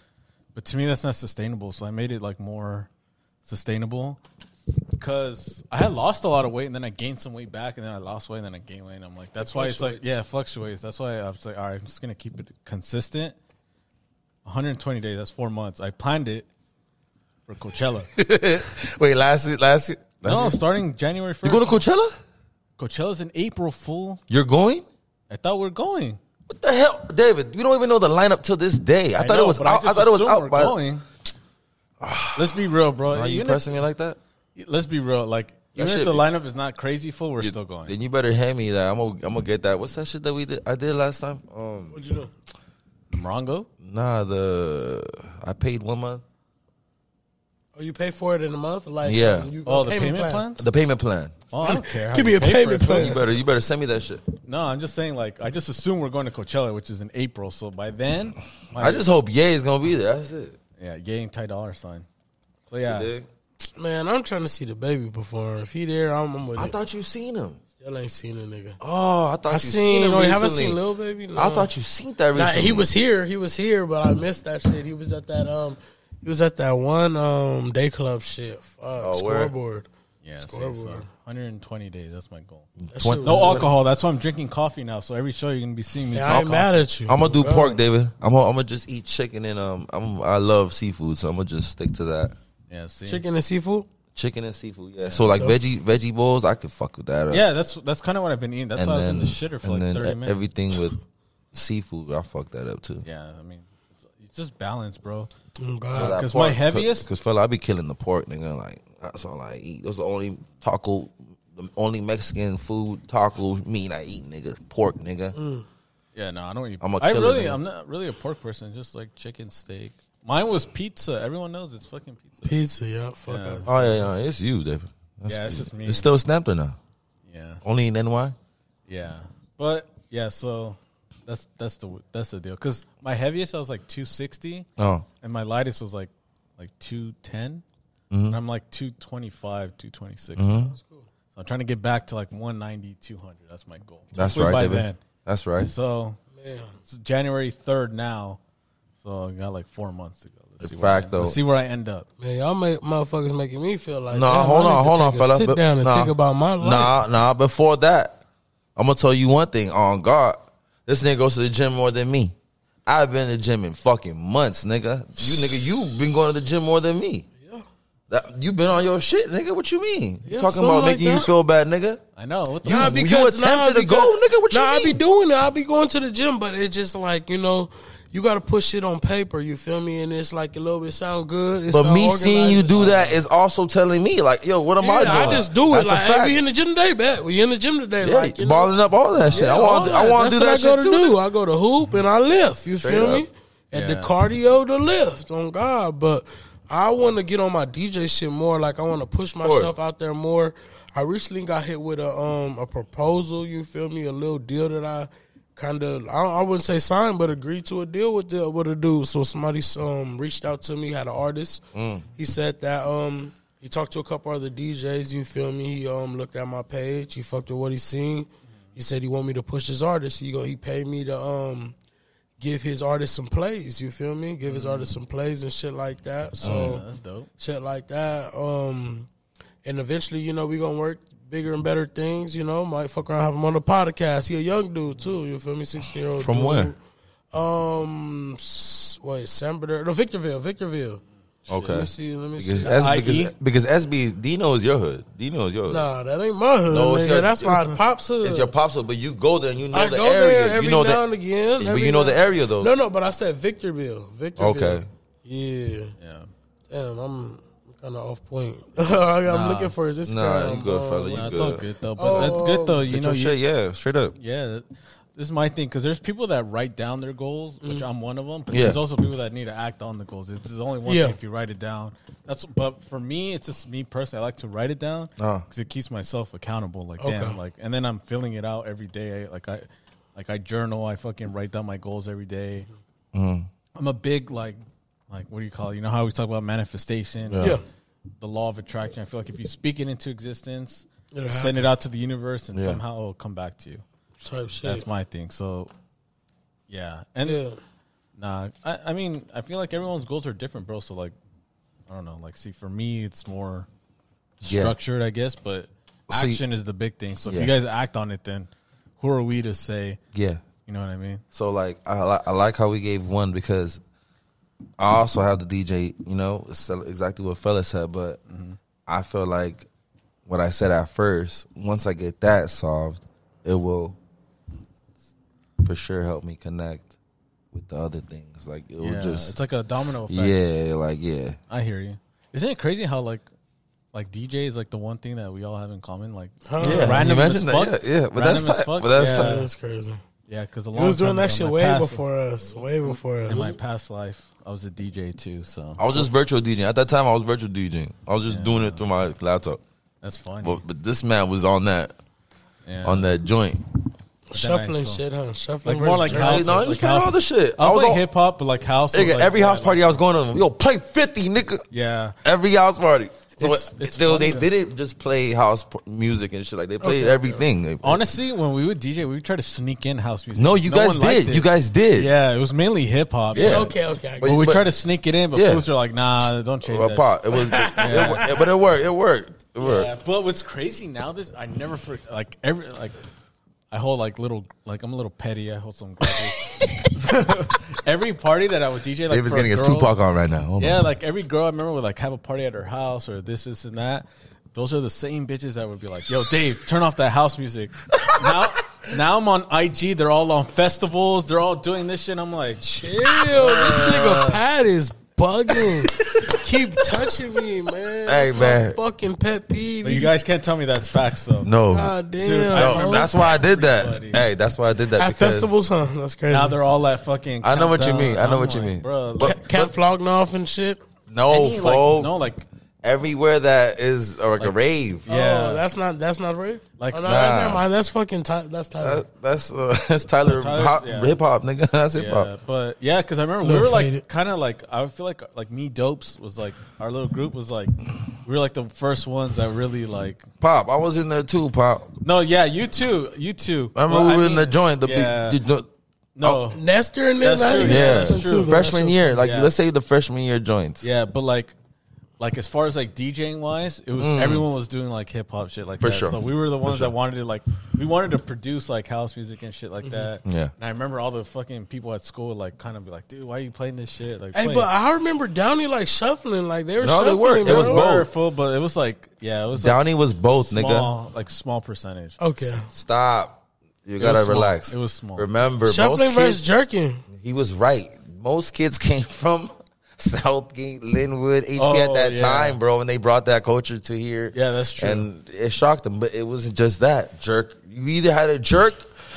S1: But to me, that's not sustainable. So I made it like more sustainable because I had lost a lot of weight and then I gained some weight back and then I lost weight and then I gained weight. And I'm like, that's why it's like,
S3: fluctuates.
S1: yeah, it fluctuates. That's why I was like, all right, I'm just gonna keep it consistent. 120 days. That's four months. I planned it for Coachella.
S2: Wait, last year? Last year? Last
S1: no,
S2: year?
S1: starting January 1st.
S2: You going to Coachella?
S1: Coachella's in April, fool.
S2: You're going?
S1: I thought we are going.
S2: What the hell, David? We don't even know the lineup till this day. I, thought
S1: know,
S2: it was
S1: but
S2: out. I,
S1: just
S2: thought it was
S1: assume
S2: out
S1: we're
S2: by.
S1: going. Let's be real, bro.
S2: Are you
S1: Even
S2: pressing me like that?
S1: if- let's be real. Like, even
S2: shit
S1: if the
S2: be-
S1: lineup is not crazy full, we're still going.
S2: Then you better hand me that. I'm gonna, I'm gonna get that. What's that shit that we did? I did last time. Um,
S3: What'd you do?
S1: Morongo?
S2: nah, the I paid one month.
S3: Oh, you pay for it in a month? Like
S2: Yeah.
S3: you-
S1: Oh,
S3: a
S1: the payment plans?
S2: The payment plan.
S1: Oh, I don't care. how
S3: Give me
S1: you
S3: a
S1: pay for
S3: payment
S1: it, bro.
S2: You
S3: plan.
S2: better, you better send me that shit.
S1: No, I'm just saying, like, I just assume we're going to Coachella, which is in April. So by then,
S2: I just hope Ye is gonna be there. That's it.
S1: yeah, getting Ty Dollar sign. So yeah,
S2: Dig?
S3: Man, I'm trying to see the baby perform. If he there, I'm, I'm with
S2: I
S3: it.
S2: thought you seen him.
S3: Y'all ain't seen a nigga.
S2: Oh, I thought
S3: I
S2: you
S3: seen.
S2: seen him.
S3: oh, you haven't
S2: recently.
S3: seen Lil Baby? No.
S2: I thought you seen that
S3: Nah,
S2: recently.
S3: he was here. He was here, but I missed that shit. He was at that um. He was at that one um day club shit. Fuck,
S2: Oh, where?
S3: scoreboard.
S1: yeah, so-
S3: Scoreboard.
S1: so 120 days. That's my goal.
S3: That shit was-
S1: No alcohol. That's why I'm drinking coffee now. So every show you're gonna be seeing me.
S3: Yeah,
S1: with
S3: I ain't
S1: alcohol.
S3: mad at you.
S2: I'm gonna do
S3: Bro.
S2: pork, David. I'm gonna, I'm gonna just eat chicken and um. I'm I love seafood, so I'm gonna just stick to that.
S1: Yeah, see.
S3: Chicken and seafood.
S2: Chicken and seafood, yeah. So like veggie veggie bowls, I could fuck with that. up.
S1: Yeah, that's that's kind of what I've been eating. That's
S2: and
S1: why I was
S2: then
S1: in the shitter for
S2: and
S1: like
S2: then
S1: 30
S2: e-
S1: minutes.
S2: everything with seafood, I fuck that up too.
S1: Yeah, I mean, it's just balance, bro.
S3: Oh God.
S1: Uh, 'Cause my heaviest-
S2: because fella, I be killing the pork, nigga. Like that's all I eat. Those the only taco, the only Mexican food taco meat I eat, nigga. Pork, nigga.
S1: Yeah, no, I don't eat.
S2: I'm a
S1: I
S2: killer,
S1: really,
S2: man.
S1: I'm not really a pork person. Just like chicken, steak. Mine was pizza. Everyone knows it's fucking pizza.
S3: Pizza, yeah. Fuck
S1: Yeah.
S3: up.
S2: Oh yeah, yeah, it's you, David. That's
S1: Yeah, it's
S2: you.
S1: just me.
S2: It's still snapped or not?
S1: Yeah,
S2: Only in NY.
S1: yeah, but yeah. So that's that's the that's the deal. Because my heaviest I was like 260,
S2: Oh,
S1: and my lightest was like like 210,
S2: Mm-hmm.
S1: and I'm like 225, 226. now. So I'm trying to get back to like 190, 200. That's my goal.
S2: that's
S1: Hopefully
S2: right,
S1: by
S2: David.
S1: then.
S2: That's right.
S1: So
S3: Man.
S1: it's January third now, so I got like four months to go. Let's see
S2: Fact,
S1: where I,
S2: though.
S1: Let's see where I end up.
S3: Man, y'all make, motherfuckers making me feel like
S2: No,
S3: damn, I
S2: hold
S3: need
S2: on,
S3: to
S2: hold on,
S3: take a
S2: fella.
S3: Sit
S2: But-
S3: down and
S2: nah.
S3: think about my life.
S2: Nah, nah. Before that, I'm gonna tell you one thing. On God, this nigga goes to the gym more than me. I've been to the gym in fucking months, nigga. You nigga, you been going to the gym more than me.
S3: Yeah.
S2: That, you been on your shit, nigga. What you mean?
S3: Yeah,
S2: Talking
S3: something
S2: about
S3: like
S2: making you
S3: that.
S2: feel bad, nigga.
S1: I know. What the
S3: Nah,
S1: fuck?
S2: be-
S3: because,
S2: attempted
S3: nah,
S2: to go,
S3: because-
S2: nigga, what you
S3: nah, I be
S2: mean?
S3: doing it. I be going to the gym, but it's just like you know, you got to put shit on paper. You feel me? And it's like a little bit sound good. It's
S2: But
S3: all
S2: me seeing you
S3: organized.
S2: do that is also telling me, like, yo, what am I
S3: Yeah,
S2: doing?
S3: I just do it.
S2: That's a
S3: like, hey,
S2: fact.
S3: we in the gym today, bet. We in the gym today.
S2: yeah,
S3: like, you know,
S2: balling up all that shit. I want,
S3: all
S2: I want to do that
S3: That's
S2: shit
S3: what I go
S2: too.
S3: to do. I go to hoop and I lift. You
S2: Straight
S3: feel
S2: up.
S3: me? And the
S1: Yeah.
S3: cardio to lift. On God, but I want to get on my DJ shit more. Like I want to push myself out there more. I recently got hit with a um a proposal. You feel me? A little deal that I kind of I, I wouldn't say signed, but agreed to a deal with the with a dude. So somebody um reached out to me. Had an artist. He said that um. He talked to a couple other DJs, you feel me? He um looked at my page, he fucked with what he seen. He said he want me to push his artist. He go he paid me to um give his artist some plays. You feel me? Give his artist some plays and shit like that. So
S1: Mm-hmm. Oh, that's dope.
S3: shit like that. Um, and eventually, you know, we gonna work bigger and better things. You know, might fuck around have him on the podcast. He a young dude too. You feel me? Sixteen year old
S2: From
S3: dude.
S2: where?
S3: Um, s- wait, San Bernardino, no, Victorville, Victorville. Let
S2: Okay.
S3: me see. Let me
S2: Because,
S3: see.
S2: S-
S1: IE?
S2: because, because SB, Dino is your hood. Dino is your hood.
S3: Nah, that ain't my hood.
S2: No, it's
S3: nigga.
S2: your-
S3: That's my pops hood.
S2: It's your pops, hood, but you go there and you know
S3: I
S2: the
S3: go
S2: area.
S3: there every
S2: you know
S3: now and
S2: the,
S3: again.
S2: but
S3: every
S2: you know
S3: now-
S2: the area though.
S3: No, no, but I said Victorville. Victorville.
S2: Okay.
S3: Yeah.
S1: Yeah.
S3: Damn, I'm kind of off point. I'm
S1: Nah.
S3: looking for his Instagram.
S2: Nah, you good, fella. You
S1: Nah, it's
S2: good.
S1: all good though. But that's good though. You
S2: Get
S1: know,
S2: your
S1: you,
S2: shit, yeah, straight up.
S1: yeah. that- This is my thing because there's people that write down their goals, which I'm one of them. But
S2: Yeah.
S1: there's also people that need to act on the goals. It's, there's only one
S3: Yeah.
S1: thing if you write it down. That's but for me, it's just me personally. I like to write it down
S2: Uh.
S1: because it keeps myself accountable. Like
S3: Okay.
S1: damn, like and then I'm filling it out every day. Like I, like I journal. I fucking write down my goals every day. I'm a big like, like what do you call it? You know how we talk about manifestation?
S3: Yeah.
S1: the law of attraction. I feel like if you speak it into existence,
S3: It'll
S1: send it out to the universe, and
S2: Yeah.
S1: somehow it'll come back to you.
S3: Type shit.
S1: That's my thing. So, yeah, and
S3: yeah.
S1: nah, I, I mean, I feel like everyone's goals are different, bro. So like, I don't know. Like, see, for me, it's more
S2: Yeah.
S1: structured, I guess, but
S2: See-
S1: action is the big thing. So
S2: Yeah.
S1: if you guys act on it, then who are we to say?
S2: Yeah.
S1: You know what I mean?
S2: So like I, li- I like how we gave one because I also have the DJ. You know, it's exactly what fella said, but
S1: Mm-hmm.
S2: I feel like what I said at first. Once I get that solved, it will for sure help me connect with the other things. Like it
S1: Yeah,
S2: will just
S1: it's like a domino effect.
S2: yeah, like yeah,
S1: I hear you. Isn't it crazy how like like DJ is like the one thing that we all have in common? Like
S3: Huh?
S2: yeah.
S3: Yeah,
S1: random
S2: you
S1: as
S2: mentioned
S1: fuck.
S2: that, Yeah, yeah, but
S1: Random
S2: that's
S1: as
S2: tight,
S1: fuck.
S2: but that's
S1: Yeah.
S2: tight.
S3: That's crazy.
S1: Yeah, because a long
S3: He was doing
S1: time
S3: that
S1: ago in
S3: shit
S1: my
S3: way
S1: past-
S3: before us. Way before us.
S1: In my past life, I was a DJ too, so
S2: I was just virtual DJing. At that time, I was virtual DJing. I was just doing it through my laptop.
S1: that's funny.
S2: But, but this man was on that
S1: yeah.
S2: on that joint.
S3: Shuffling
S1: saw-
S3: shit, huh? Shuffling
S1: Like, more
S3: versus
S1: like
S3: journey.
S1: house-
S2: Hey, no, he was
S1: like
S2: playing
S1: house-
S2: all the shit.
S1: I
S2: I was
S1: was like
S2: on-
S1: hip hop, but like house. was,
S2: Nigga,
S1: like,
S2: every
S1: yeah,
S2: house
S1: like-
S2: party I was going to, yo, play 50, nigga.
S1: yeah,
S2: Every house party. So
S1: It's- it's
S2: they, they
S1: fun, though.
S2: didn't just play house p- music and shit. Like, they played
S3: Okay.
S2: everything. They-
S1: honestly, when we would DJ, we would try to sneak in house music.
S2: no, you guys
S1: one liked
S2: did.
S1: it.
S2: You guys did.
S1: Yeah, it was mainly hip hop.
S2: Yeah.
S1: but-
S3: Okay, okay. I
S2: But
S1: But we
S2: But-
S1: try to sneak it in, but
S2: Yeah.
S1: fools are like, nah, don't change
S2: Well,
S1: that.
S2: pop. It was, it wa- but it worked. It worked. It worked.
S1: Yeah, but what's crazy now? This I never for like every like I hold like little like I'm a little petty. I hold some grudges. every party that I would DJ, like
S2: David's
S1: for a
S2: getting his
S1: girl-
S2: Tupac on right now. Oh my
S1: Yeah, like every girl I remember would like have a party at her house or this, this, and that. Those are the same bitches that would be like, "Yo, Dave, turn off that house music." now, now I'm on IG. They're all on festivals. They're all doing this shit. I'm like,
S3: Ew, this nigga Pat is bugging. Keep touching me, man. That's my
S2: man.
S3: fucking pet peeve.
S1: but you guys can't tell me that's facts though.
S2: No.
S3: God damn.
S1: Dude, I
S2: no.
S1: remember
S2: That's why I did that.
S1: everybody.
S2: Hey, that's why I did that.
S3: At
S2: because-
S3: festivals, huh? That's crazy.
S1: Now they're all at fucking.
S2: I know what you
S1: Countdown.
S2: mean. I know
S1: I'm
S2: what you
S1: like,
S2: mean.
S1: bro.
S2: But- Oh.
S1: like,
S3: Cat, cat flogging off and shit.
S2: No,
S1: like,
S2: fo.
S1: no, like,
S2: Everywhere that is or like, a rave.
S1: yeah,
S3: Oh, that's not that's not right.
S1: Like-
S3: oh, no,
S2: Nah.
S3: never mind. That's fucking Ty- that's Tyler.
S2: That, that's uh, that's Tyler
S1: Tyler's-
S2: hop-
S1: yeah.
S2: hip hop nigga. That's hip hop.
S1: Yeah, but yeah, because I remember we
S3: Little
S1: were like
S3: faded.
S1: kind of like I feel like like me dopes was like our little group was like we were like the first ones that really like
S2: Pop, I was in there too. Pop,
S1: no yeah you too you too
S2: I remember
S1: Well,
S2: we were
S1: mean,
S2: in the joint. The
S1: yeah,
S2: big, the oh. joint-
S1: no
S3: Nestor and them,
S1: That's
S3: I
S1: true.
S3: think
S1: Yeah,
S2: yeah,
S3: that's
S1: that's
S3: true,
S1: true.
S3: though.
S2: freshman
S3: That's
S2: year. Like
S1: Yeah.
S2: let's say the freshman year joints.
S1: yeah but like like as far as like DJing wise it was everyone was doing like hip hop shit like
S2: Mm. For
S1: that
S2: sure.
S1: so we were the ones
S2: sure.
S1: that wanted to like we wanted to produce like house music and shit
S3: Mm-hmm.
S1: like that
S2: Yeah.
S1: and I remember all the fucking people at school would, like kind of be like dude why are you playing this shit like
S3: Hey,
S1: play
S3: but I remember Downey like shuffling, like they were
S2: No, they
S3: shuffling.
S2: weren't. It
S3: bro.
S2: was both.
S1: Were full, but it was like yeah it was like,
S2: Downey was both nigga.
S1: small, like small percentage
S3: Okay,
S2: Stop. You gotta
S1: was small.
S2: relax.
S1: It was small.
S2: Remember, most
S3: shuffling versus
S2: kids,
S3: jerking.
S2: he was right. Most kids came from Southgate, Linwood, HP at
S1: Oh,
S2: that
S1: yeah.
S2: time, bro, and they brought that culture to here.
S1: Yeah, that's true.
S2: And it shocked them, but it wasn't just that jerk. You either had a jerk,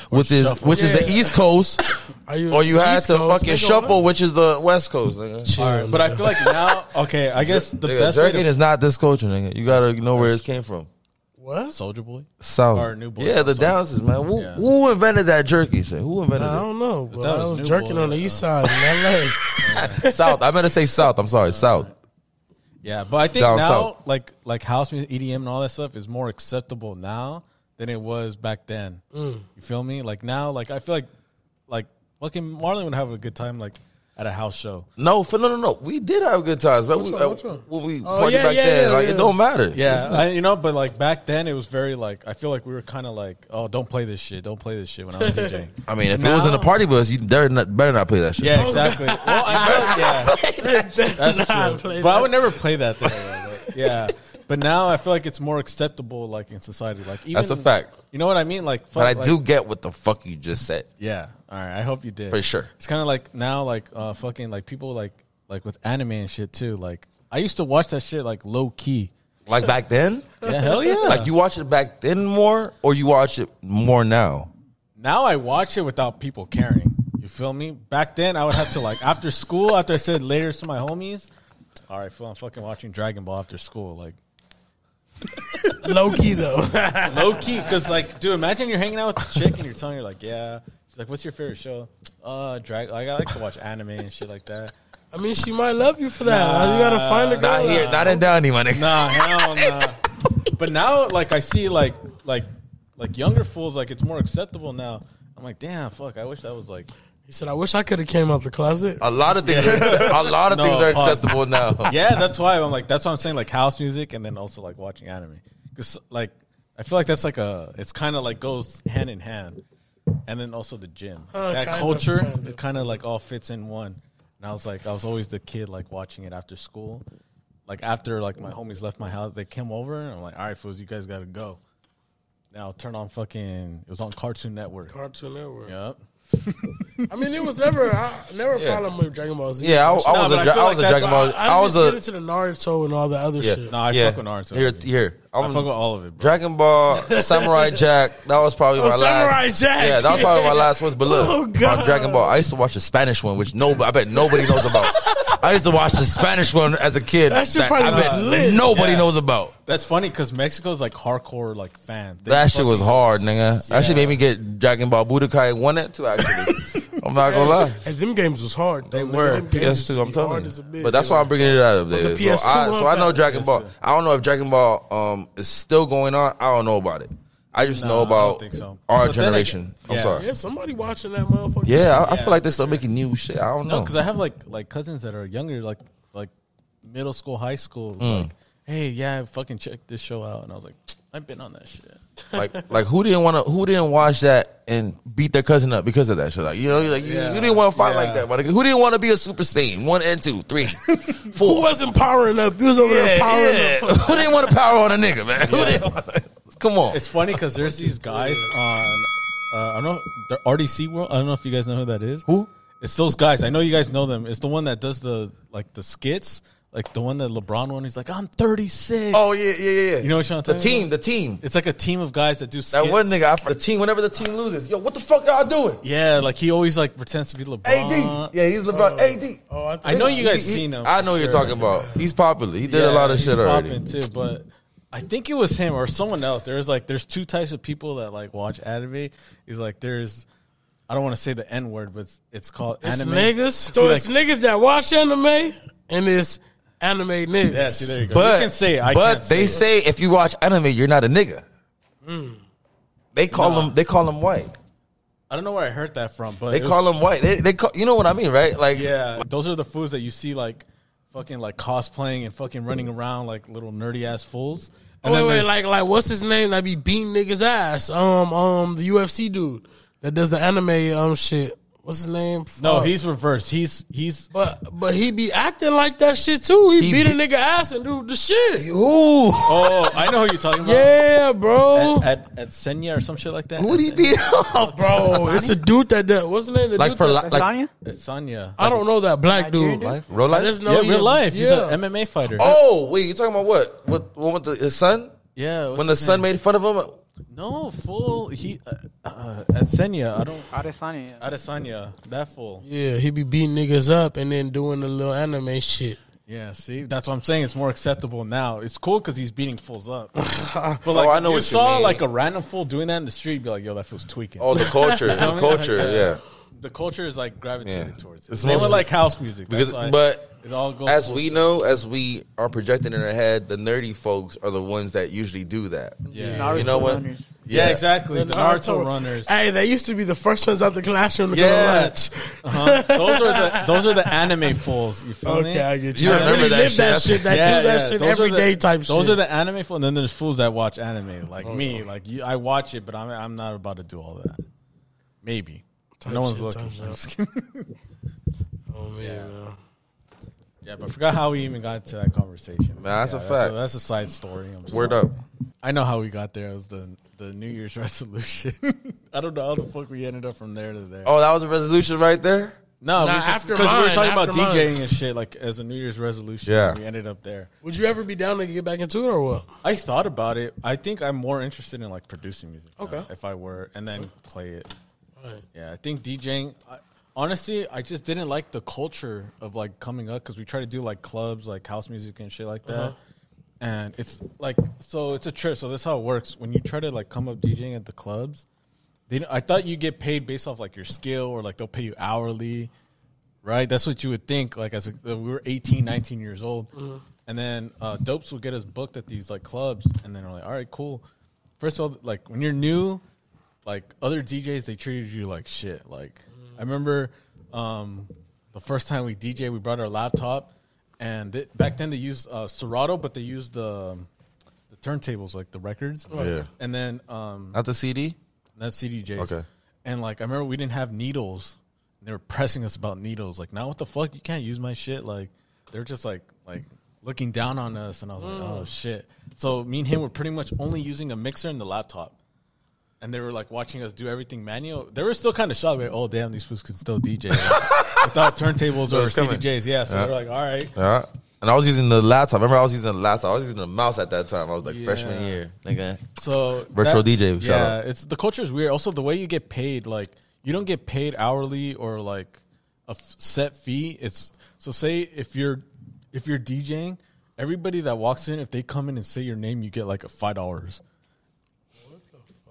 S2: which is
S1: shuffle.
S2: which is the
S3: Yeah.
S2: East Coast,
S3: Are you
S2: or you had
S3: East
S2: to
S3: Coast,
S2: fucking
S3: nigga,
S2: shuffle,
S3: what?
S2: which is the West Coast. Nigga.
S3: Chill,
S1: All right, but I
S3: nigga.
S1: feel like now, okay, I guess the
S2: Nigga,
S1: best way
S2: jerking
S1: to
S2: is not this culture, nigga. You gotta know where it came from.
S3: what?
S1: Soldier Boy.
S2: South.
S1: Or New Boy
S2: yeah, the
S1: South.
S2: Downs's, man. Who,
S1: Yeah.
S2: who invented that jerky? Say, who invented
S3: I don't know, but
S1: that
S3: I
S1: was
S3: was
S1: new
S3: jerking
S1: boy,
S3: on the
S1: uh,
S3: east side in L.A.
S2: it? South. I meant to say South. I'm sorry, South.
S1: Yeah, but I think
S2: Down
S1: now,
S2: south.
S1: like like house music, EDM, and all that stuff is more acceptable now than it was back then. You feel me? Like now, like I feel like like fucking Marlon would have a good time like at a house show.
S2: No, for, no, no, no. We did have good times, man. We, uh,
S3: one, which one?
S2: when we
S3: Oh,
S2: party
S3: yeah,
S2: back
S3: yeah,
S2: then,
S3: yeah,
S2: like
S3: yeah.
S2: it don't matter.
S1: Yeah, I, you know, but like back then, it was very like I feel like we were kind of like, oh, don't play this shit, don't play this shit when I was DJing.
S2: I mean, if it
S1: Now-
S2: was in a party bus, you dare not, better not play that shit.
S1: Yeah, exactly. Well, I know, yeah. That's
S3: Nah,
S1: true.
S3: play
S1: But I
S3: that
S1: would never play that thing. like that. yeah. But now I feel like it's more acceptable, like in society. Like even,
S2: That's a fact.
S1: You know what I mean? Like, fuck,
S2: But I
S1: like-
S2: do get what the fuck you just said.
S1: Yeah. All right. I hope you did
S2: For sure.
S1: It's kind of like now, like uh, fucking, like people like like with anime and shit too. Like I used to watch that shit like low key.
S2: Like back then?
S1: Yeah, hell yeah.
S2: Like you watch it back then more or you watch it more now?
S1: now I watch it without people caring. You feel me? Back then, I would have to like after school. After I said later to my homies, all right, fool, I'm fucking watching Dragon Ball after school. Like
S3: Low key though.
S1: low key, because like, dude, imagine you're hanging out with a chick and you're telling her like, yeah, she's like, what's your favorite show? Uh, drag. Like I like to watch anime and shit like that.
S3: I mean, she might love you for that. you gotta find a girl.
S2: Not here, not in Downey, my nigga.
S1: Nah, hell nah. But now, like, I see like like like younger fools. Like it's more acceptable now. I'm like, damn, fuck. I wish that was like.
S3: He said, "I wish I could have came out the closet."
S2: A lot of things, are, accept- a lot of
S1: No,
S2: things are
S1: pause.
S2: acceptable now.
S1: yeah, that's why I'm like that's why I'm saying like house music and then also like watching anime because like I feel like that's like a it's kind of like goes hand in hand, and then also the gym
S3: Uh,
S1: that
S3: kind of,
S1: culture
S3: kind of.
S1: it kind of like all fits in one. And I was like I was always the kid like watching it after school, like after like my homies left my house they came over and I'm like all right fools you guys gotta go. Now I'll turn on fucking it was on Cartoon Network.
S3: Cartoon Network.
S1: Yep.
S3: I mean, it was never, I, never a
S2: Yeah.
S3: problem with Dragon Ball Z.
S2: Yeah, I, I was
S1: but I
S2: a, dra-
S1: feel
S2: I
S1: like
S2: was a
S1: that's-
S2: Dragon Ball.
S3: I,
S2: I, was
S3: just get
S2: a
S3: into the Naruto and all the other
S2: yeah.
S3: shit.
S1: No, I
S2: yeah.
S1: fuck with Naruto.
S2: Here, here.
S1: I fuck with all of it, bro.
S2: Dragon Ball, Samurai Jack. That was probably my
S3: Oh, Samurai
S2: last.
S3: Jack.
S2: Yeah, that was probably my last one. But look,
S3: Oh,
S2: on
S3: God.
S2: Dragon Ball. I used to watch the Spanish one, which no, I bet nobody knows about. I used to watch the Spanish one as a kid.
S3: That shit probably
S2: I bet
S3: was lit.
S2: nobody
S1: Yeah.
S2: knows about.
S1: That's funny because Mexico's like hardcore like fans. They
S2: That shit was
S1: fucking-
S2: hard, nigga. That shit
S1: Yeah.
S2: made me get Dragon Ball Budokai one and two. Actually, I'm not gonna lie.
S3: And them games was hard. They
S1: were.
S2: PS2, I'm telling you. But that's why I'm bringing it out of there.
S3: the PS2
S2: so, I, so I know
S3: one?
S2: Dragon Ball. I don't know if Dragon Ball um, is still going on. I don't know about it. I just
S1: No,
S2: know
S1: I don't
S2: about
S1: think so.
S2: our
S1: But then I
S2: generation.
S1: get-
S2: I'm
S1: yeah.
S2: sorry.
S3: Yeah, somebody watching that motherfucker.
S2: Yeah, I, I
S1: Yeah,
S2: feel like they're still making new shit. I don't
S1: No,
S3: Oh.
S2: know.
S1: because I have like like cousins that are younger, like like middle school, high school.
S3: Mm.
S1: Like, hey, yeah, fucking check this show out, and I was like, I've been on that shit.
S2: like, like who didn't want to? Who didn't watch that and beat their cousin up because of that shit? Like, you know, like you-
S1: Yeah.
S2: you, didn't want to fight
S1: Yeah.
S2: like that. But who didn't want to be a Super Saiyan one and two, three,
S3: Who
S2: four?
S3: wasn't powering up? He was over
S2: yeah,
S3: there powering
S2: yeah.
S3: up.
S2: who didn't want to power on a nigga, man? Who didn't? wanna- Come on.
S1: It's funny because there's these guys on uh, I don't know the RDC World. I don't know if you guys know who that is.
S2: Who?
S1: It's those guys. I know you guys know them. It's the one that does the like the skits, like the one that LeBron one. He's like, I'm 36.
S2: Oh yeah, yeah, yeah. yeah.
S1: You know what I'm
S2: the
S1: talking
S2: team,
S1: about?
S2: the team.
S1: It's like a team of guys that do skits.
S2: That one nigga, I, the team, whenever the team loses, yo, what the fuck y'all doing?
S1: Yeah, like he always like pretends to be
S2: Uh,
S1: LeBron.
S2: AD. Yeah, he's LeBron. AD.
S3: Oh, I, think
S1: I know you guys
S2: He- he-
S1: seen him.
S2: uh, I know
S1: for
S2: what you're
S1: sure.
S2: talking about. He's popular. He did
S1: Yeah,
S2: a lot of
S1: he's
S2: shit already.
S1: popping too, but I think it was him or someone else. There's like there's two types of people that like watch anime. He's like there's I don't want to say the N word, but it's, it's called
S3: It's
S1: anime.
S3: niggas. So
S1: See,
S3: it's niggas that watch anime and it's anime niggas.
S1: Yeah, see there you go.
S2: But
S1: you can say it. I
S2: but
S1: can't
S2: they
S1: it. Mm.
S2: say if you watch anime, you're not a nigga. They call him. They call him white.
S1: I don't know where I heard that from, but
S2: They
S1: it was-
S2: call him white. They, they call. You know what I mean, right? Like
S1: Yeah, those are the fools that you see like fucking like cosplaying and fucking running around like little nerdy ass fools.
S3: Oh, wait, wait,
S1: there's-
S3: like, like, what's his name that be beating niggas ass? Um, um, the UFC dude that does the anime um shit. What's his name?
S1: no,
S3: Fuck.
S1: he's reversed. He's he's
S3: but but he be acting like that shit too. He,
S2: He
S3: beat a
S2: be-
S3: nigga ass and do the shit.
S2: Ooh,
S1: oh I know who you're talking about.
S3: Yeah, bro,
S1: At, at, at Senya or some shit like that.
S2: who would he
S1: At-
S2: beat up?
S3: bro, it's a dude that does. What's his name? The
S2: Like
S3: dude
S2: for
S3: that-
S2: li-
S4: That's
S2: like
S4: Sonya?
S1: at Senya.
S3: I don't know that black
S4: Nigerian
S3: dude.
S4: dude?
S2: life, real life.
S3: I just know
S1: yeah,
S3: he-
S1: real life. He's
S3: yeah.
S1: an MMA fighter.
S2: Oh wait, you talking about what? What? What with the, his son?
S1: yeah. what's
S2: when the
S1: his
S2: son
S1: name?
S2: made fun of him,
S1: no fool, he uh, uh, at Senya. I don't
S4: Adesanya.
S1: at Senya. That fool.
S3: Yeah, he be beating niggas up and then doing the little anime shit.
S1: Yeah. See, that's what I'm saying. It's more acceptable now. It's cool because he's beating fools up. But like,
S2: Oh, I
S1: if
S2: know
S1: you
S2: what you
S1: saw
S2: mean.
S1: like a random fool doing that in the street, you'd be like, yo, that fool's tweaking.
S2: Oh, the culture, the culture, yeah.
S1: The culture is like gravitated
S2: Yeah.
S1: towards it. It's
S2: It's
S1: they
S2: mostly-
S1: like house music.
S2: Because,
S1: That's why
S2: but
S1: it all goes
S2: as
S1: full
S2: we
S1: circle.
S2: know, as we are projecting in our head, the nerdy folks are the ones that usually do that.
S1: Yeah.
S4: Naruto
S2: You know what?
S4: runners.
S1: yeah, exactly. The Naruto
S3: Naruto-
S1: runners.
S3: Hey, they used to be the first ones out the classroom to go to
S1: Yeah.
S3: lunch.
S1: Uh-huh. those are the those are the anime fools. You feel me?
S3: Okay, I get you.
S2: You
S3: I
S2: remember
S3: really
S2: that
S3: live
S2: shit.
S3: that shit. That do that shit
S1: Those are
S3: every
S1: the-
S3: day type shit.
S1: Those are the anime fools, and then there's fools that watch anime, like
S3: Oh,
S1: me. Like you, I watch it, but I'm I'm not about to do all that. Maybe no one's
S3: shit,
S1: looking.
S3: type
S1: I'm just kidding.
S3: Oh man, man.
S1: yeah, but I forgot how we even got to that conversation. Man,
S2: that's a fact.
S1: that's a side story. I'm
S2: Word
S1: sorry.
S2: up.
S1: I know how we got there. It was the the New Year's resolution. I don't know how the fuck we ended up from there to there.
S2: Oh, that was a resolution right there.
S1: No,
S3: Oh, Nah,
S1: we just,
S3: after
S1: because we were
S3: mine,
S1: talking about
S3: after mine.
S1: DJing and shit, like as a New Year's resolution.
S2: Yeah.
S1: we ended up there.
S3: Would you ever be down to get back into it or what?
S1: I thought about it. I think I'm more interested in like producing music. now,
S3: Okay.
S1: if I were, and then play it.
S3: Right.
S1: Yeah, I think DJing. I, honestly, I just didn't like the culture of like coming up because we try to do like clubs, like house music and shit like that.
S3: Uh-huh.
S1: And it's like so it's a trip. So that's how it works. When you try to like come up DJing at the clubs, they don't- I thought you get paid based off like your skill or like they'll pay you hourly, right? That's what you would think. Like as a, we were 18, 19 years old, and then uh, dopes would get us booked at these like clubs, and then we're like, all right, cool. First of all, like when you're new, like other DJs, they treated you like shit. Like I remember um, the first time we DJ, we brought our laptop, and th- back then they used uh, Serato, but they used the um, the turntables, like the records.
S2: Yeah.
S1: And then um,
S2: Not the CD.
S1: that's CDJs.
S2: Okay.
S1: And like I remember we didn't have needles. And they were pressing us about needles. Like now what the fuck? You can't use my shit. Like they're just like like looking down on us and I was like, Oh shit. So me and him were pretty much only using a mixer and the laptop. And they were like watching us do everything manual. They were still kind of shocked, like, oh damn, these fools can still DJ like, without turntables or
S2: it's coming.
S1: CDJs. Yeah, so they're like, all right,
S2: Yeah. And I was using the laptop. Remember, I was using the laptop. I was using the mouse at that time. I was like
S1: Yeah.
S2: freshman year. Nigga.
S1: So
S2: Virtual DJ, shout
S1: yeah,
S2: out.
S1: it's the culture is weird. Also, the way you get paid, like you don't get paid hourly or like a f- set fee. It's so say if you're if you're DJing, everybody that walks in, if they come in and say your name, you get like a five dollars.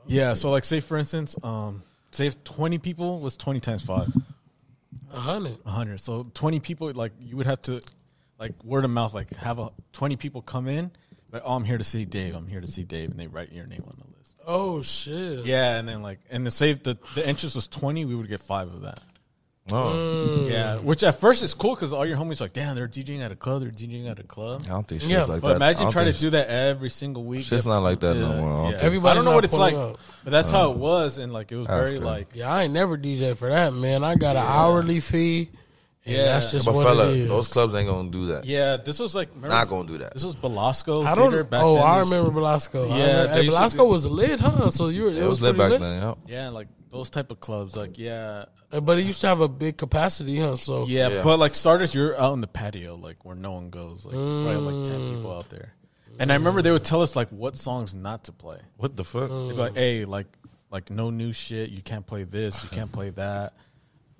S1: Yeah, so like say for instance, um, say if twenty people was twenty times five.
S3: A hundred.
S1: 100 so 20 people like you would have to like word of mouth like have a 20 people come in like oh i'm here to see dave i'm here to see dave and they write your name on the list
S3: Oh shit.
S1: yeah and then like and the save the the interest was 20 we would get five of that Mm.
S2: Oh.
S3: Mm.
S1: yeah which at first is cool because all your homies like damn they're djing at a club they're djing at a club
S2: I don't think shit's
S3: Yeah,
S2: like
S1: but
S2: that. I
S1: imagine
S2: don't
S1: trying to
S2: think
S1: do that every single week
S2: Shit's not like that no more. I don't think- Uh,
S1: i
S3: Everybody's
S1: don't know
S3: not
S1: what it's like
S3: pulling up.
S1: but that's how it was and like it was
S2: That's
S1: very
S2: good.
S1: like
S3: Yeah, I ain't never DJ for that, man. I got an hourly fee. And
S1: Yeah.
S3: that's just
S2: But
S3: what
S2: fella,
S3: it is.
S2: those clubs ain't gonna do that.
S1: yeah this was like remember-
S2: Not gonna do that.
S1: this was Belasco
S3: I don't.
S1: Theater back
S3: oh,
S1: then.
S3: I
S1: It was-
S3: remember Belasco.
S1: Yeah,
S3: Yeah, remember,
S1: they
S3: hey,
S1: used to
S3: Belasco
S1: do-
S3: was lit, huh? So you were, it,
S2: It was
S3: was,
S2: lit
S3: pretty
S2: back then.
S3: lit.
S2: Yeah.
S1: Yeah, like those type of clubs. Like, yeah,
S3: Uh, But it used to have a big capacity, huh? So
S1: yeah,
S2: Yeah.
S1: but like starters, you're out in the patio, like where no one goes, like probably like ten people out there. And I remember they would tell us like what songs not to play.
S2: What the fuck?
S1: They'd be like, hey, like like no new shit. You can't play this. You can't play that.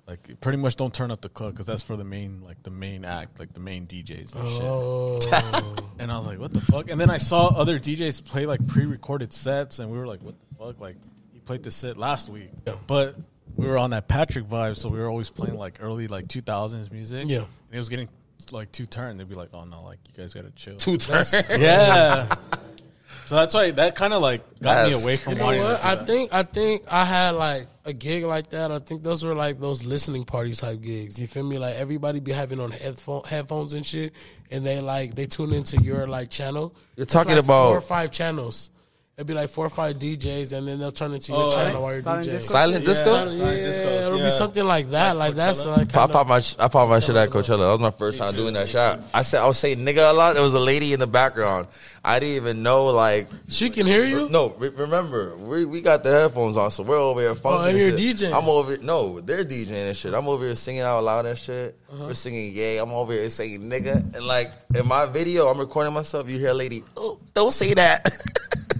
S1: Like pretty much don't turn up the club because that's for the main like the main act, like the main DJs and shit.
S3: Oh.
S1: And I was like, what the fuck? And then I saw other DJs play like pre recorded sets, and we were like, what the fuck? Like, he played this set last week.
S3: Yeah.
S1: But we were on that Patrick vibe, so we were always playing like early, like 2000s music.
S3: Yeah.
S1: And it was getting like two turn. They'd be like, oh no, like, you guys gotta chill.
S2: Two turns.
S1: yeah. so that's why that kind of like got me
S2: That's-
S1: away from
S3: You know
S1: wanting to
S3: what?
S1: do
S3: I
S1: that.
S3: think I think I had like a gig like that. I think those were like those listening party type gigs. You feel me? Like everybody be having on headphone headphones and shit, and they like they tune into your like channel.
S2: You're
S3: It's,
S2: talking
S3: like,
S2: about-
S3: four or five channels. It'd be like four or five DJs, and then they'll turn into your
S1: Oh,
S3: channel while you're
S4: Silent
S3: DJing.
S4: disco?
S2: Silent disco.
S1: Yeah,
S3: Yeah,
S1: Silent discos,
S3: it'll
S1: yeah.
S3: be something like that. Like, that's
S1: Coachella?
S2: I
S3: like kind of,
S2: popped my sh- I popped my shit at Coachella. That was my first time doing that shot. I said I was saying nigga a lot. There was a lady in the background. I didn't even know like.
S3: she can hear you.
S2: No, re- remember we, we got the headphones on, so we're over here
S3: Oh,
S2: functioning.
S3: and you're DJing.
S2: I'm over no, they're DJing and shit. I'm over here singing out loud and shit.
S3: Uh-huh.
S2: We're singing yay. I'm over here saying nigga and like in my video, I'm recording myself. You hear a lady? Oh, don't say that.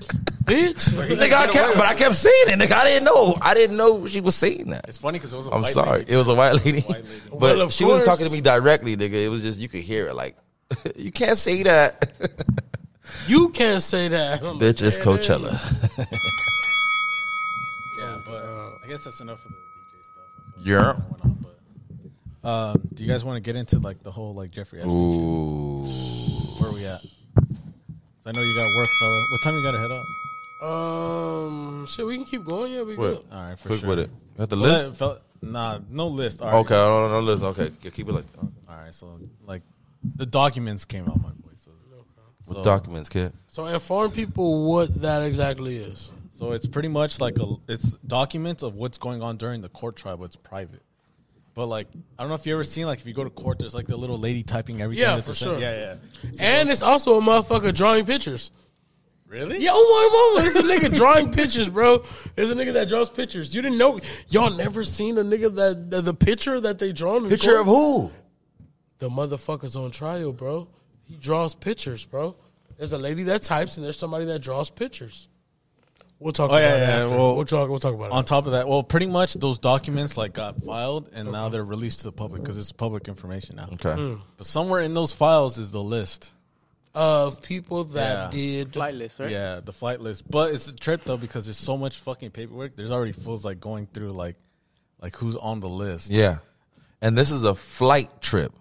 S3: Bitch.
S2: Nigga, I kept, but I kept saying it. Nigga, I didn't know. I didn't know she was saying that.
S1: it's funny because it was a
S2: I'm
S1: white
S2: sorry.
S1: lady.
S2: It was a white lady.
S1: White lady.
S2: But
S3: Well, of
S2: she wasn't
S3: course.
S2: talking to me directly, nigga. It was just, you could hear it. Like, you can't say that.
S3: You can't say that. I'm like,
S2: Bitch, it's Coachella.
S1: Yeah, but uh, I guess that's enough of the DJ stuff. I feel
S2: Yeah.
S1: like went on, but, uh, do you guys want to get into like the whole like Jeffrey Epstein shit?
S2: Ooh.
S1: Where we at? 'Cause I know you got work, fella. What time you got to head up?
S3: Um, shit, we can keep going. Yeah, we
S2: What?
S3: good.
S1: All right, for
S2: Quick
S1: sure.
S2: with it. You have the
S1: Well,
S2: list?
S1: that fella- nah, no list. All right.
S2: Okay, no, no, no, listen. Okay, yeah, keep it like uh,
S1: All right, so like the documents came out, my boy. So, so,
S2: documents, kid.
S3: So inform people what that exactly is.
S1: so it's pretty much like a it's documents of what's going on during the court trial, but it's private. But like, I don't know if you ever seen like if you go to court, there's like the little lady typing everything.
S3: Yeah,
S1: that
S3: for
S1: they're saying.
S3: sure.
S1: Yeah, yeah.
S3: And it's also a motherfucker drawing pictures.
S1: Really?
S3: Yo, what, what, what? It's a nigga drawing pictures, bro. It's a nigga that draws pictures. You didn't know? Y'all never seen a nigga that the, the picture that they drawn? is
S2: Picture
S3: going-
S2: of who?
S3: the motherfucker's on trial, bro. He draws pictures, bro. There's a lady that types, and there's somebody that draws pictures. We'll talk
S1: Oh,
S3: about
S1: yeah,
S3: it
S1: yeah,
S3: after.
S1: well-
S3: we'll talk. We'll talk about
S1: On
S3: it.
S1: top of that, well, pretty much those documents like got filed and now they're released to the public because it's public information now.
S2: Okay.
S1: But somewhere in those files is the list.
S3: Of people that
S1: Yeah.
S3: did
S4: Flight list, right?
S1: Yeah, the flight list. But it's a trip though because there's so much fucking paperwork. There's already fools like going through like, like who's on the list.
S2: Yeah. And this is a flight trip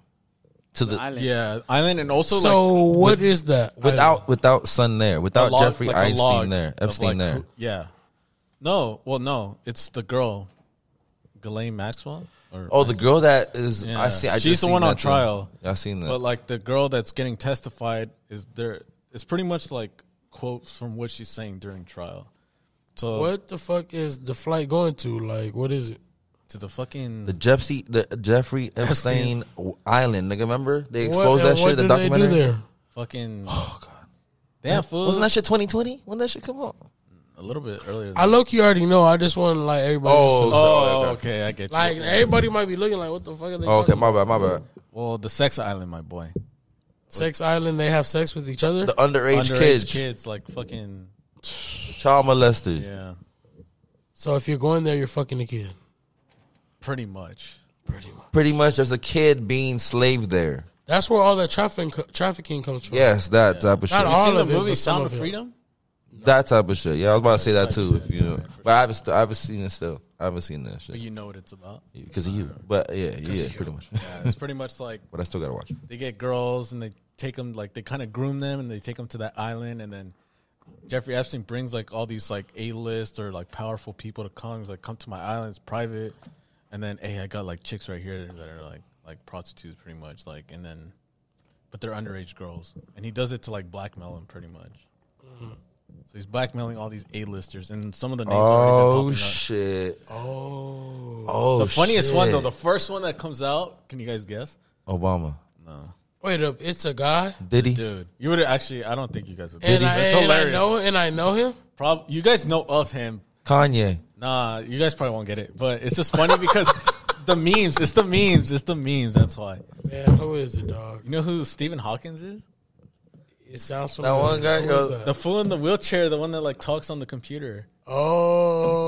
S2: to the
S4: Island.
S1: Yeah, island and also like,
S3: So what is that?
S2: without without Sun there,
S1: a
S2: without
S1: log-
S2: uh, Jeffrey
S1: like a log
S2: Einstein there,
S1: of,
S2: Epstein
S1: like,
S2: there.
S1: who- yeah. No, well, no, it's the girl, Ghislaine Maxwell. Or
S2: oh, the girl that is
S1: Yeah.
S2: I see. I
S1: She's
S2: just
S1: the
S2: seen
S1: one on
S2: that thing.
S1: trial.
S2: I seen that.
S1: But like the girl that's getting testified is there. It's pretty much like quotes from what she's saying during trial. So
S3: what the fuck is the flight going to? Like, what is it?
S1: to the fucking
S2: the Jeffrey the Jeffrey Epstein Island, nigga. Remember they exposed
S3: what,
S2: that
S3: and what
S2: shit. The
S3: did they do
S2: documentary.
S3: there?
S1: fucking oh god, damn fool.
S2: Wasn't that shit 2020? When that shit come out?
S1: a little bit earlier?
S3: I
S1: Than
S3: low key already know. I just want to like everybody.
S2: Oh,
S3: Oh,
S1: oh, okay, I get you.
S3: like eh. everybody might be looking like, what the fuck are they?
S2: Oh, okay,
S3: talking
S2: my bad, my bad.
S1: well, the sex island, my boy.
S3: about? Sex Island. They have sex with each other.
S2: The underage,
S1: Underage
S2: kids,
S1: kids, like fucking
S2: child molesters.
S1: yeah,
S3: so if you're going there, you're fucking a kid.
S1: pretty much.
S3: Pretty much.
S2: Pretty much, there's a kid being slaved there.
S3: That's where all that trafficking trafficking comes from.
S2: Yes, that type of shit.
S3: Not
S1: You
S3: All
S1: seen the
S3: of it,
S1: movie
S3: but some
S1: Sound
S3: of
S1: of
S3: it.
S1: Freedom?
S2: That type of shit. Yeah, I was about to say that too. If you know, but I haven't, st- I haven't seen it still. I haven't seen that
S1: But
S2: shit
S1: you know what it's about.
S2: because of you. But yeah, yeah, pretty much.
S1: Yeah, it's pretty much like
S2: But I still gotta watch. it.
S1: they get girls and they take them like they kind of groom them and they take them to that island and then Jeffrey Epstein brings like all these like A list or like powerful people to come. He's like, come to my island, it's private. And then, hey, I got like chicks right here that are like like prostitutes, pretty much. Like, and then, but they're underage girls, and he does it to like blackmail them, pretty much. So he's blackmailing all these A listers, and some of the names. have already
S2: Oh
S1: been popping up.
S2: shit!
S3: Oh.
S2: Oh,
S1: The funniest one though,
S2: shit.
S1: the first one that comes out. Can you guys guess?
S2: Obama,
S3: Wait up, it's a guy.
S2: Diddy.
S1: Dude, you would actually. I don't think you guys would.
S3: And I,
S1: That's
S3: and
S1: hilarious.
S3: I know and I know him.
S1: Prob- you guys know of him.
S2: Kanye.
S1: Nah, you guys probably won't get it, but it's just funny because the memes. It's the memes. It's the memes. That's why.
S3: Man, who is it, dog?
S1: You know who Stephen Hawkins is?
S3: It sounds
S2: That
S3: familiar.
S2: one guy,
S3: Who
S2: yo.
S3: is that?
S1: The fool in the wheelchair, the one that like talks on the computer.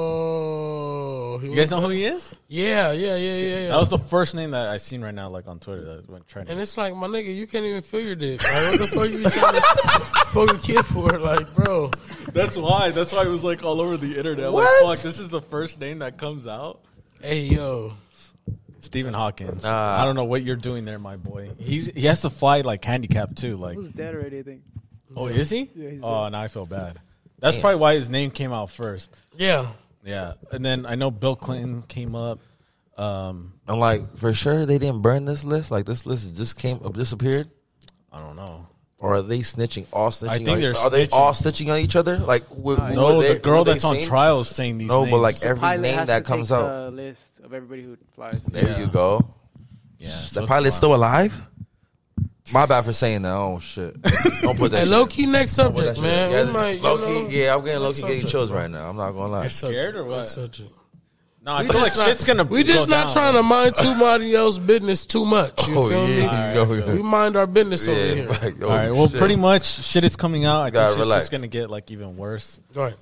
S3: Oh, he
S1: You
S3: was-
S1: guys know who he is?
S3: yeah, yeah, yeah, yeah, yeah.
S1: That was the first name that I seen right now, like on Twitter. That went trending.
S3: and it's like my nigga, you can't even feel your dick. Like, what the fuck you trying to fuck a kid for? Like, bro,
S1: That's why. That's why it was like all over the internet. I'm
S2: What?
S1: Like, fuck, this is the first name that comes out.
S3: hey yo,
S1: Stephen Hawkins. I don't know what you're doing there, my boy. He's he has to fly like handicapped too. Like,
S4: Who's dead already? I think.
S1: oh, is he?
S4: Yeah, he's
S1: oh, and I feel bad. That's probably why his name came out first.
S3: yeah.
S1: Yeah, and then I know Bill Clinton came up. Um,
S2: I'm like, for sure they didn't burn this list. Like this list just came disappeared.
S1: I don't know.
S2: Or are they snitching? All snitching?
S1: I think
S2: on-
S1: they're
S2: are they
S1: snitching.
S2: all snitching on each other? Like, wh- who
S1: No,
S2: were they-
S1: the girl
S2: who they
S1: that's on
S2: seen?
S1: trial is saying these.
S2: No, but
S1: names.
S2: like every
S4: Pilot
S2: name
S4: has
S2: that
S4: to
S2: comes
S4: take
S2: out.
S4: The list of everybody who flies.
S2: There
S1: Yeah.
S2: you go.
S1: yeah, so
S2: The
S1: it's
S2: pilot's
S1: wild.
S2: still alive. My bad for saying that. Oh shit! Don't put that.
S3: Hey,
S2: shit.
S3: low key next
S2: Don't put that
S3: subject,
S2: shit.
S3: man.
S2: Yeah,
S3: We might, you
S2: low
S3: know,
S2: key. Yeah, I'm getting low
S3: next
S2: key getting
S3: subject.
S2: chills right now. I'm not gonna lie.
S3: Next subject,
S1: Scared or what?
S3: next subject.
S1: No, I
S3: We
S1: feel like
S3: just not-
S1: shit's gonna.
S3: We just
S1: go
S3: not
S1: down.
S3: trying to mind too somebody else's business too much. You
S2: Oh
S3: feel me?
S2: yeah,
S1: All right,
S2: you
S1: I feel
S3: We
S2: go.
S3: mind our business over
S2: Yeah,
S3: here.
S2: right. oh,
S1: All right. Well,
S2: shit.
S1: pretty much shit is coming out. I
S2: Gotta
S1: think shit's
S2: relax.
S1: just gonna get like even worse.
S3: All right.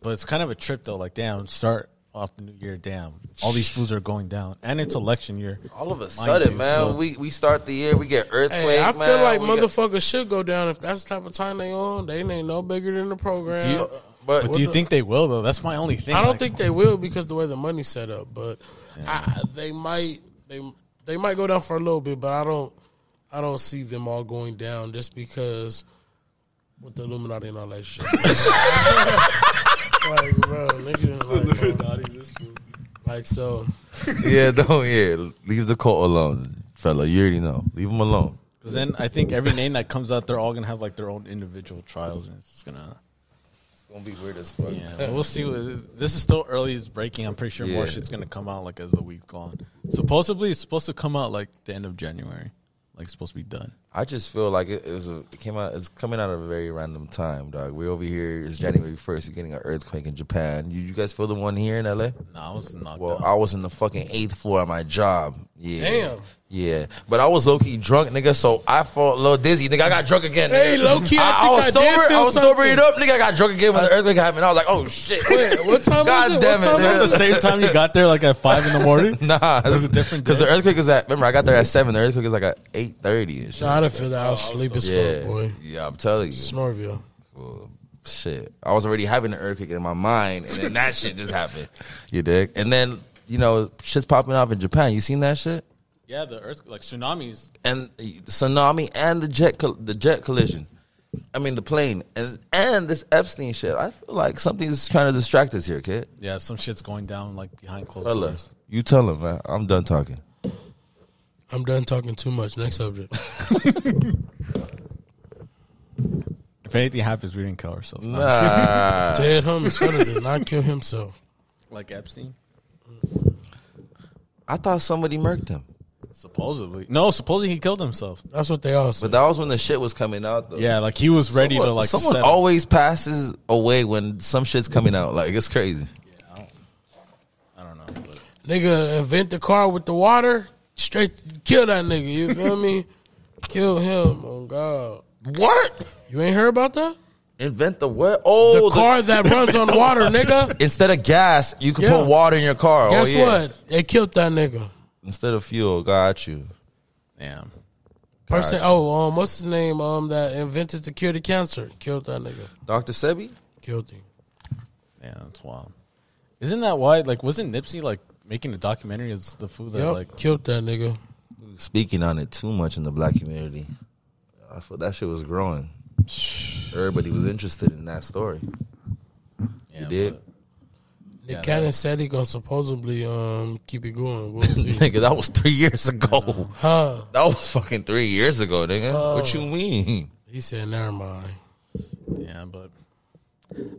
S1: But it's kind of a trip though. Like, damn, start off the new year. Damn, all these foods are going down, and it's election year.
S2: All of a
S1: Mind
S2: sudden,
S1: you,
S2: man,
S1: so-
S2: we we start the year, we get earthquake.
S3: Hey, I
S2: man.
S3: feel like
S2: we got-
S3: motherfuckers should go down if that's the type of time they on. They ain't no bigger than the program.
S1: Do you-
S2: But,
S1: But do you think they will though? That's my only thing.
S3: I don't
S1: Like,
S3: think they will because the way the money's set up, but I, they might they they might go down for a little bit, but I don't I don't see them all going down just because with the Illuminati and all that shit. like, bro, nigga, like, like so.
S2: yeah, don't yeah. Leave the cult alone, fella. You already know. Leave them alone.
S1: 'cause then I think every name that comes out, they're all gonna have like their own individual trials, and it's just gonna.
S2: It's gonna be weird as fuck.
S1: Yeah, but we'll see. What, this is still early. It's breaking. I'm pretty sure more
S2: Yeah.
S1: shit's gonna come out like as the week's gone. Supposedly, it's supposed to come out like the end of January, like supposed to be done.
S2: I just feel like it, it was a, it came out it's coming out of a very random time, dog. We're over here. It's January first. We're getting an earthquake in Japan. You, you guys feel the one here in LA?
S1: Nah, I was knocked
S2: Well,
S1: out.
S2: I was in the fucking eighth floor of my job. Yeah.
S3: Damn.
S2: Yeah, but I was low key drunk, nigga. So I felt a little dizzy, nigga. I got drunk again.
S3: Hey,
S2: nigga.
S3: low-key, I
S2: I, I
S3: think
S2: was
S3: I did
S2: sober.
S3: feel
S2: I was
S3: something.
S2: sobering up, nigga. I got drunk again when the earthquake happened. I was like, oh shit.
S3: Wait, what time was
S2: God
S3: it? What
S2: damn it,
S3: time was
S2: nigga.
S3: it?
S1: the same time you got there, like at five in the morning.
S2: Nah, it
S1: was a different
S2: because
S1: day.
S2: the earthquake was at. Remember, I got there at seven. The earthquake was like at eight thirty and shit.
S3: Nah, I done feel that. I was asleep as
S2: yeah,
S3: fuck, boy.
S2: yeah, I'm telling you,
S3: Snorville.
S2: Well, shit. I was already having an earthquake in my mind, and then that shit just happened. You dig? And then you know, shit's popping off in Japan. You seen that shit?
S1: Yeah, the earth like tsunamis.
S2: and the tsunami and the jet col- the jet collision. I mean the plane and and this Epstein shit. I feel like something's trying to distract us here, kid.
S1: Yeah, some shit's going down like behind closed
S2: Tell
S1: doors.
S2: us. You tell him, man. I'm done talking.
S3: I'm done talking too much. Next subject.
S1: If anything happens, we didn't kill ourselves.
S2: Nah.
S3: Ted Holmes Fenner did not kill himself.
S1: Like Epstein,
S2: I thought somebody murked him,
S1: supposedly. No, supposedly he killed himself.
S3: That's what they all said.
S2: but that was when the shit was coming out. Though.
S1: Yeah, like he was ready
S2: someone,
S1: to like.
S2: someone
S1: settle.
S2: always passes away when some shit's coming out. Like it's crazy.
S1: I don't know. But
S3: Nigga, invent the car with the water. Straight kill that nigga. You feel me? Kill him. Oh God.
S2: What?
S3: You ain't heard about that?
S2: Invent the what?
S3: The
S2: Oh, the-
S3: car that runs on water, nigga.
S2: Instead of gas, you can
S3: Yeah.
S2: put water in your car.
S3: Guess
S2: oh, yeah.
S3: what? They killed that nigga.
S2: Instead of fuel, got you.
S1: damn,
S3: Person. Oh, um, what's his name? Um, that invented the cure to cancer. Killed that nigga.
S2: Doctor Sebi.
S3: Killed him.
S1: yeah, that's wild. Isn't that why? Like, wasn't Nipsey like making a documentary as the food that
S3: Yep.
S1: like
S3: killed that nigga.
S2: speaking on it too much in the black community. I feel that shit was growing. Everybody was interested in that story.
S1: yeah,
S2: did.
S1: but-
S3: Nick
S1: Yeah,
S3: Cannon
S1: that-
S3: said he gonna supposedly um keep it going. We'll see.
S2: nigga, that was three years ago.
S3: huh?
S2: That was fucking three years ago, nigga. What
S3: Uh,
S2: you mean?
S3: He said, "Never mind."
S1: Yeah, but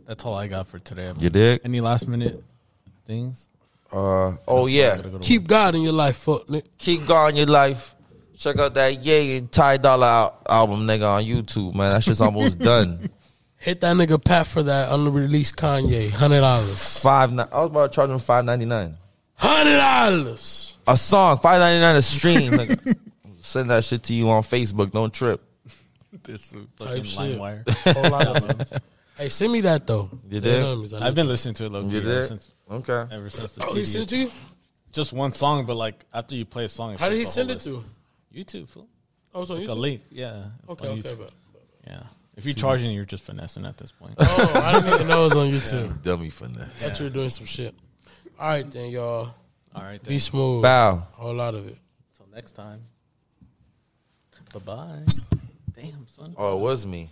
S1: that's all I got for today.
S2: You dig?
S1: Any last minute things?
S2: Uh, oh yeah.
S1: Gotta go to
S3: Keep God in your life, fuck. Nick.
S2: Keep going your life. Check out that Ye and Ty Dollar al- album, nigga, on YouTube, man. That shit's almost done.
S3: Hit that nigga Pat for that unreleased Kanye. Hundred dollars.
S2: Five. Ni- I was about to charge him five ninety nine.
S3: Hundred dollars.
S2: A song, five ninety nine a stream. nigga. Send that shit to you on Facebook. Don't trip.
S1: work. this
S3: Type
S1: fucking
S3: shit.
S1: LimeWire.
S3: Hey, send me that though.
S2: You
S3: Tell
S2: did?
S3: homies I need-
S1: I've been listening to it low key
S2: You
S1: ever
S2: dig?
S1: since
S2: Okay.
S1: ever since the
S3: Oh, he sent it
S1: TV.
S3: to you?
S1: just one song, but like after you play a song,
S3: How did he send it to?
S1: you? YouTube, fool.
S3: Oh, it's on
S1: The
S3: YouTube.
S1: link, yeah. it's
S3: Okay,
S1: on
S3: okay,
S1: YouTube.
S3: but
S1: yeah. If you're charging, you're just finessing at this point.
S3: oh, I didn't even know it was on YouTube.
S2: Dummy finesse.
S3: Thought you were doing some shit. All right then, y'all.
S1: All right, then.
S3: Be smooth.
S2: Bow.
S3: Whole lot of it.
S1: Until next time. Bye bye. Damn son.
S2: Oh, it was me.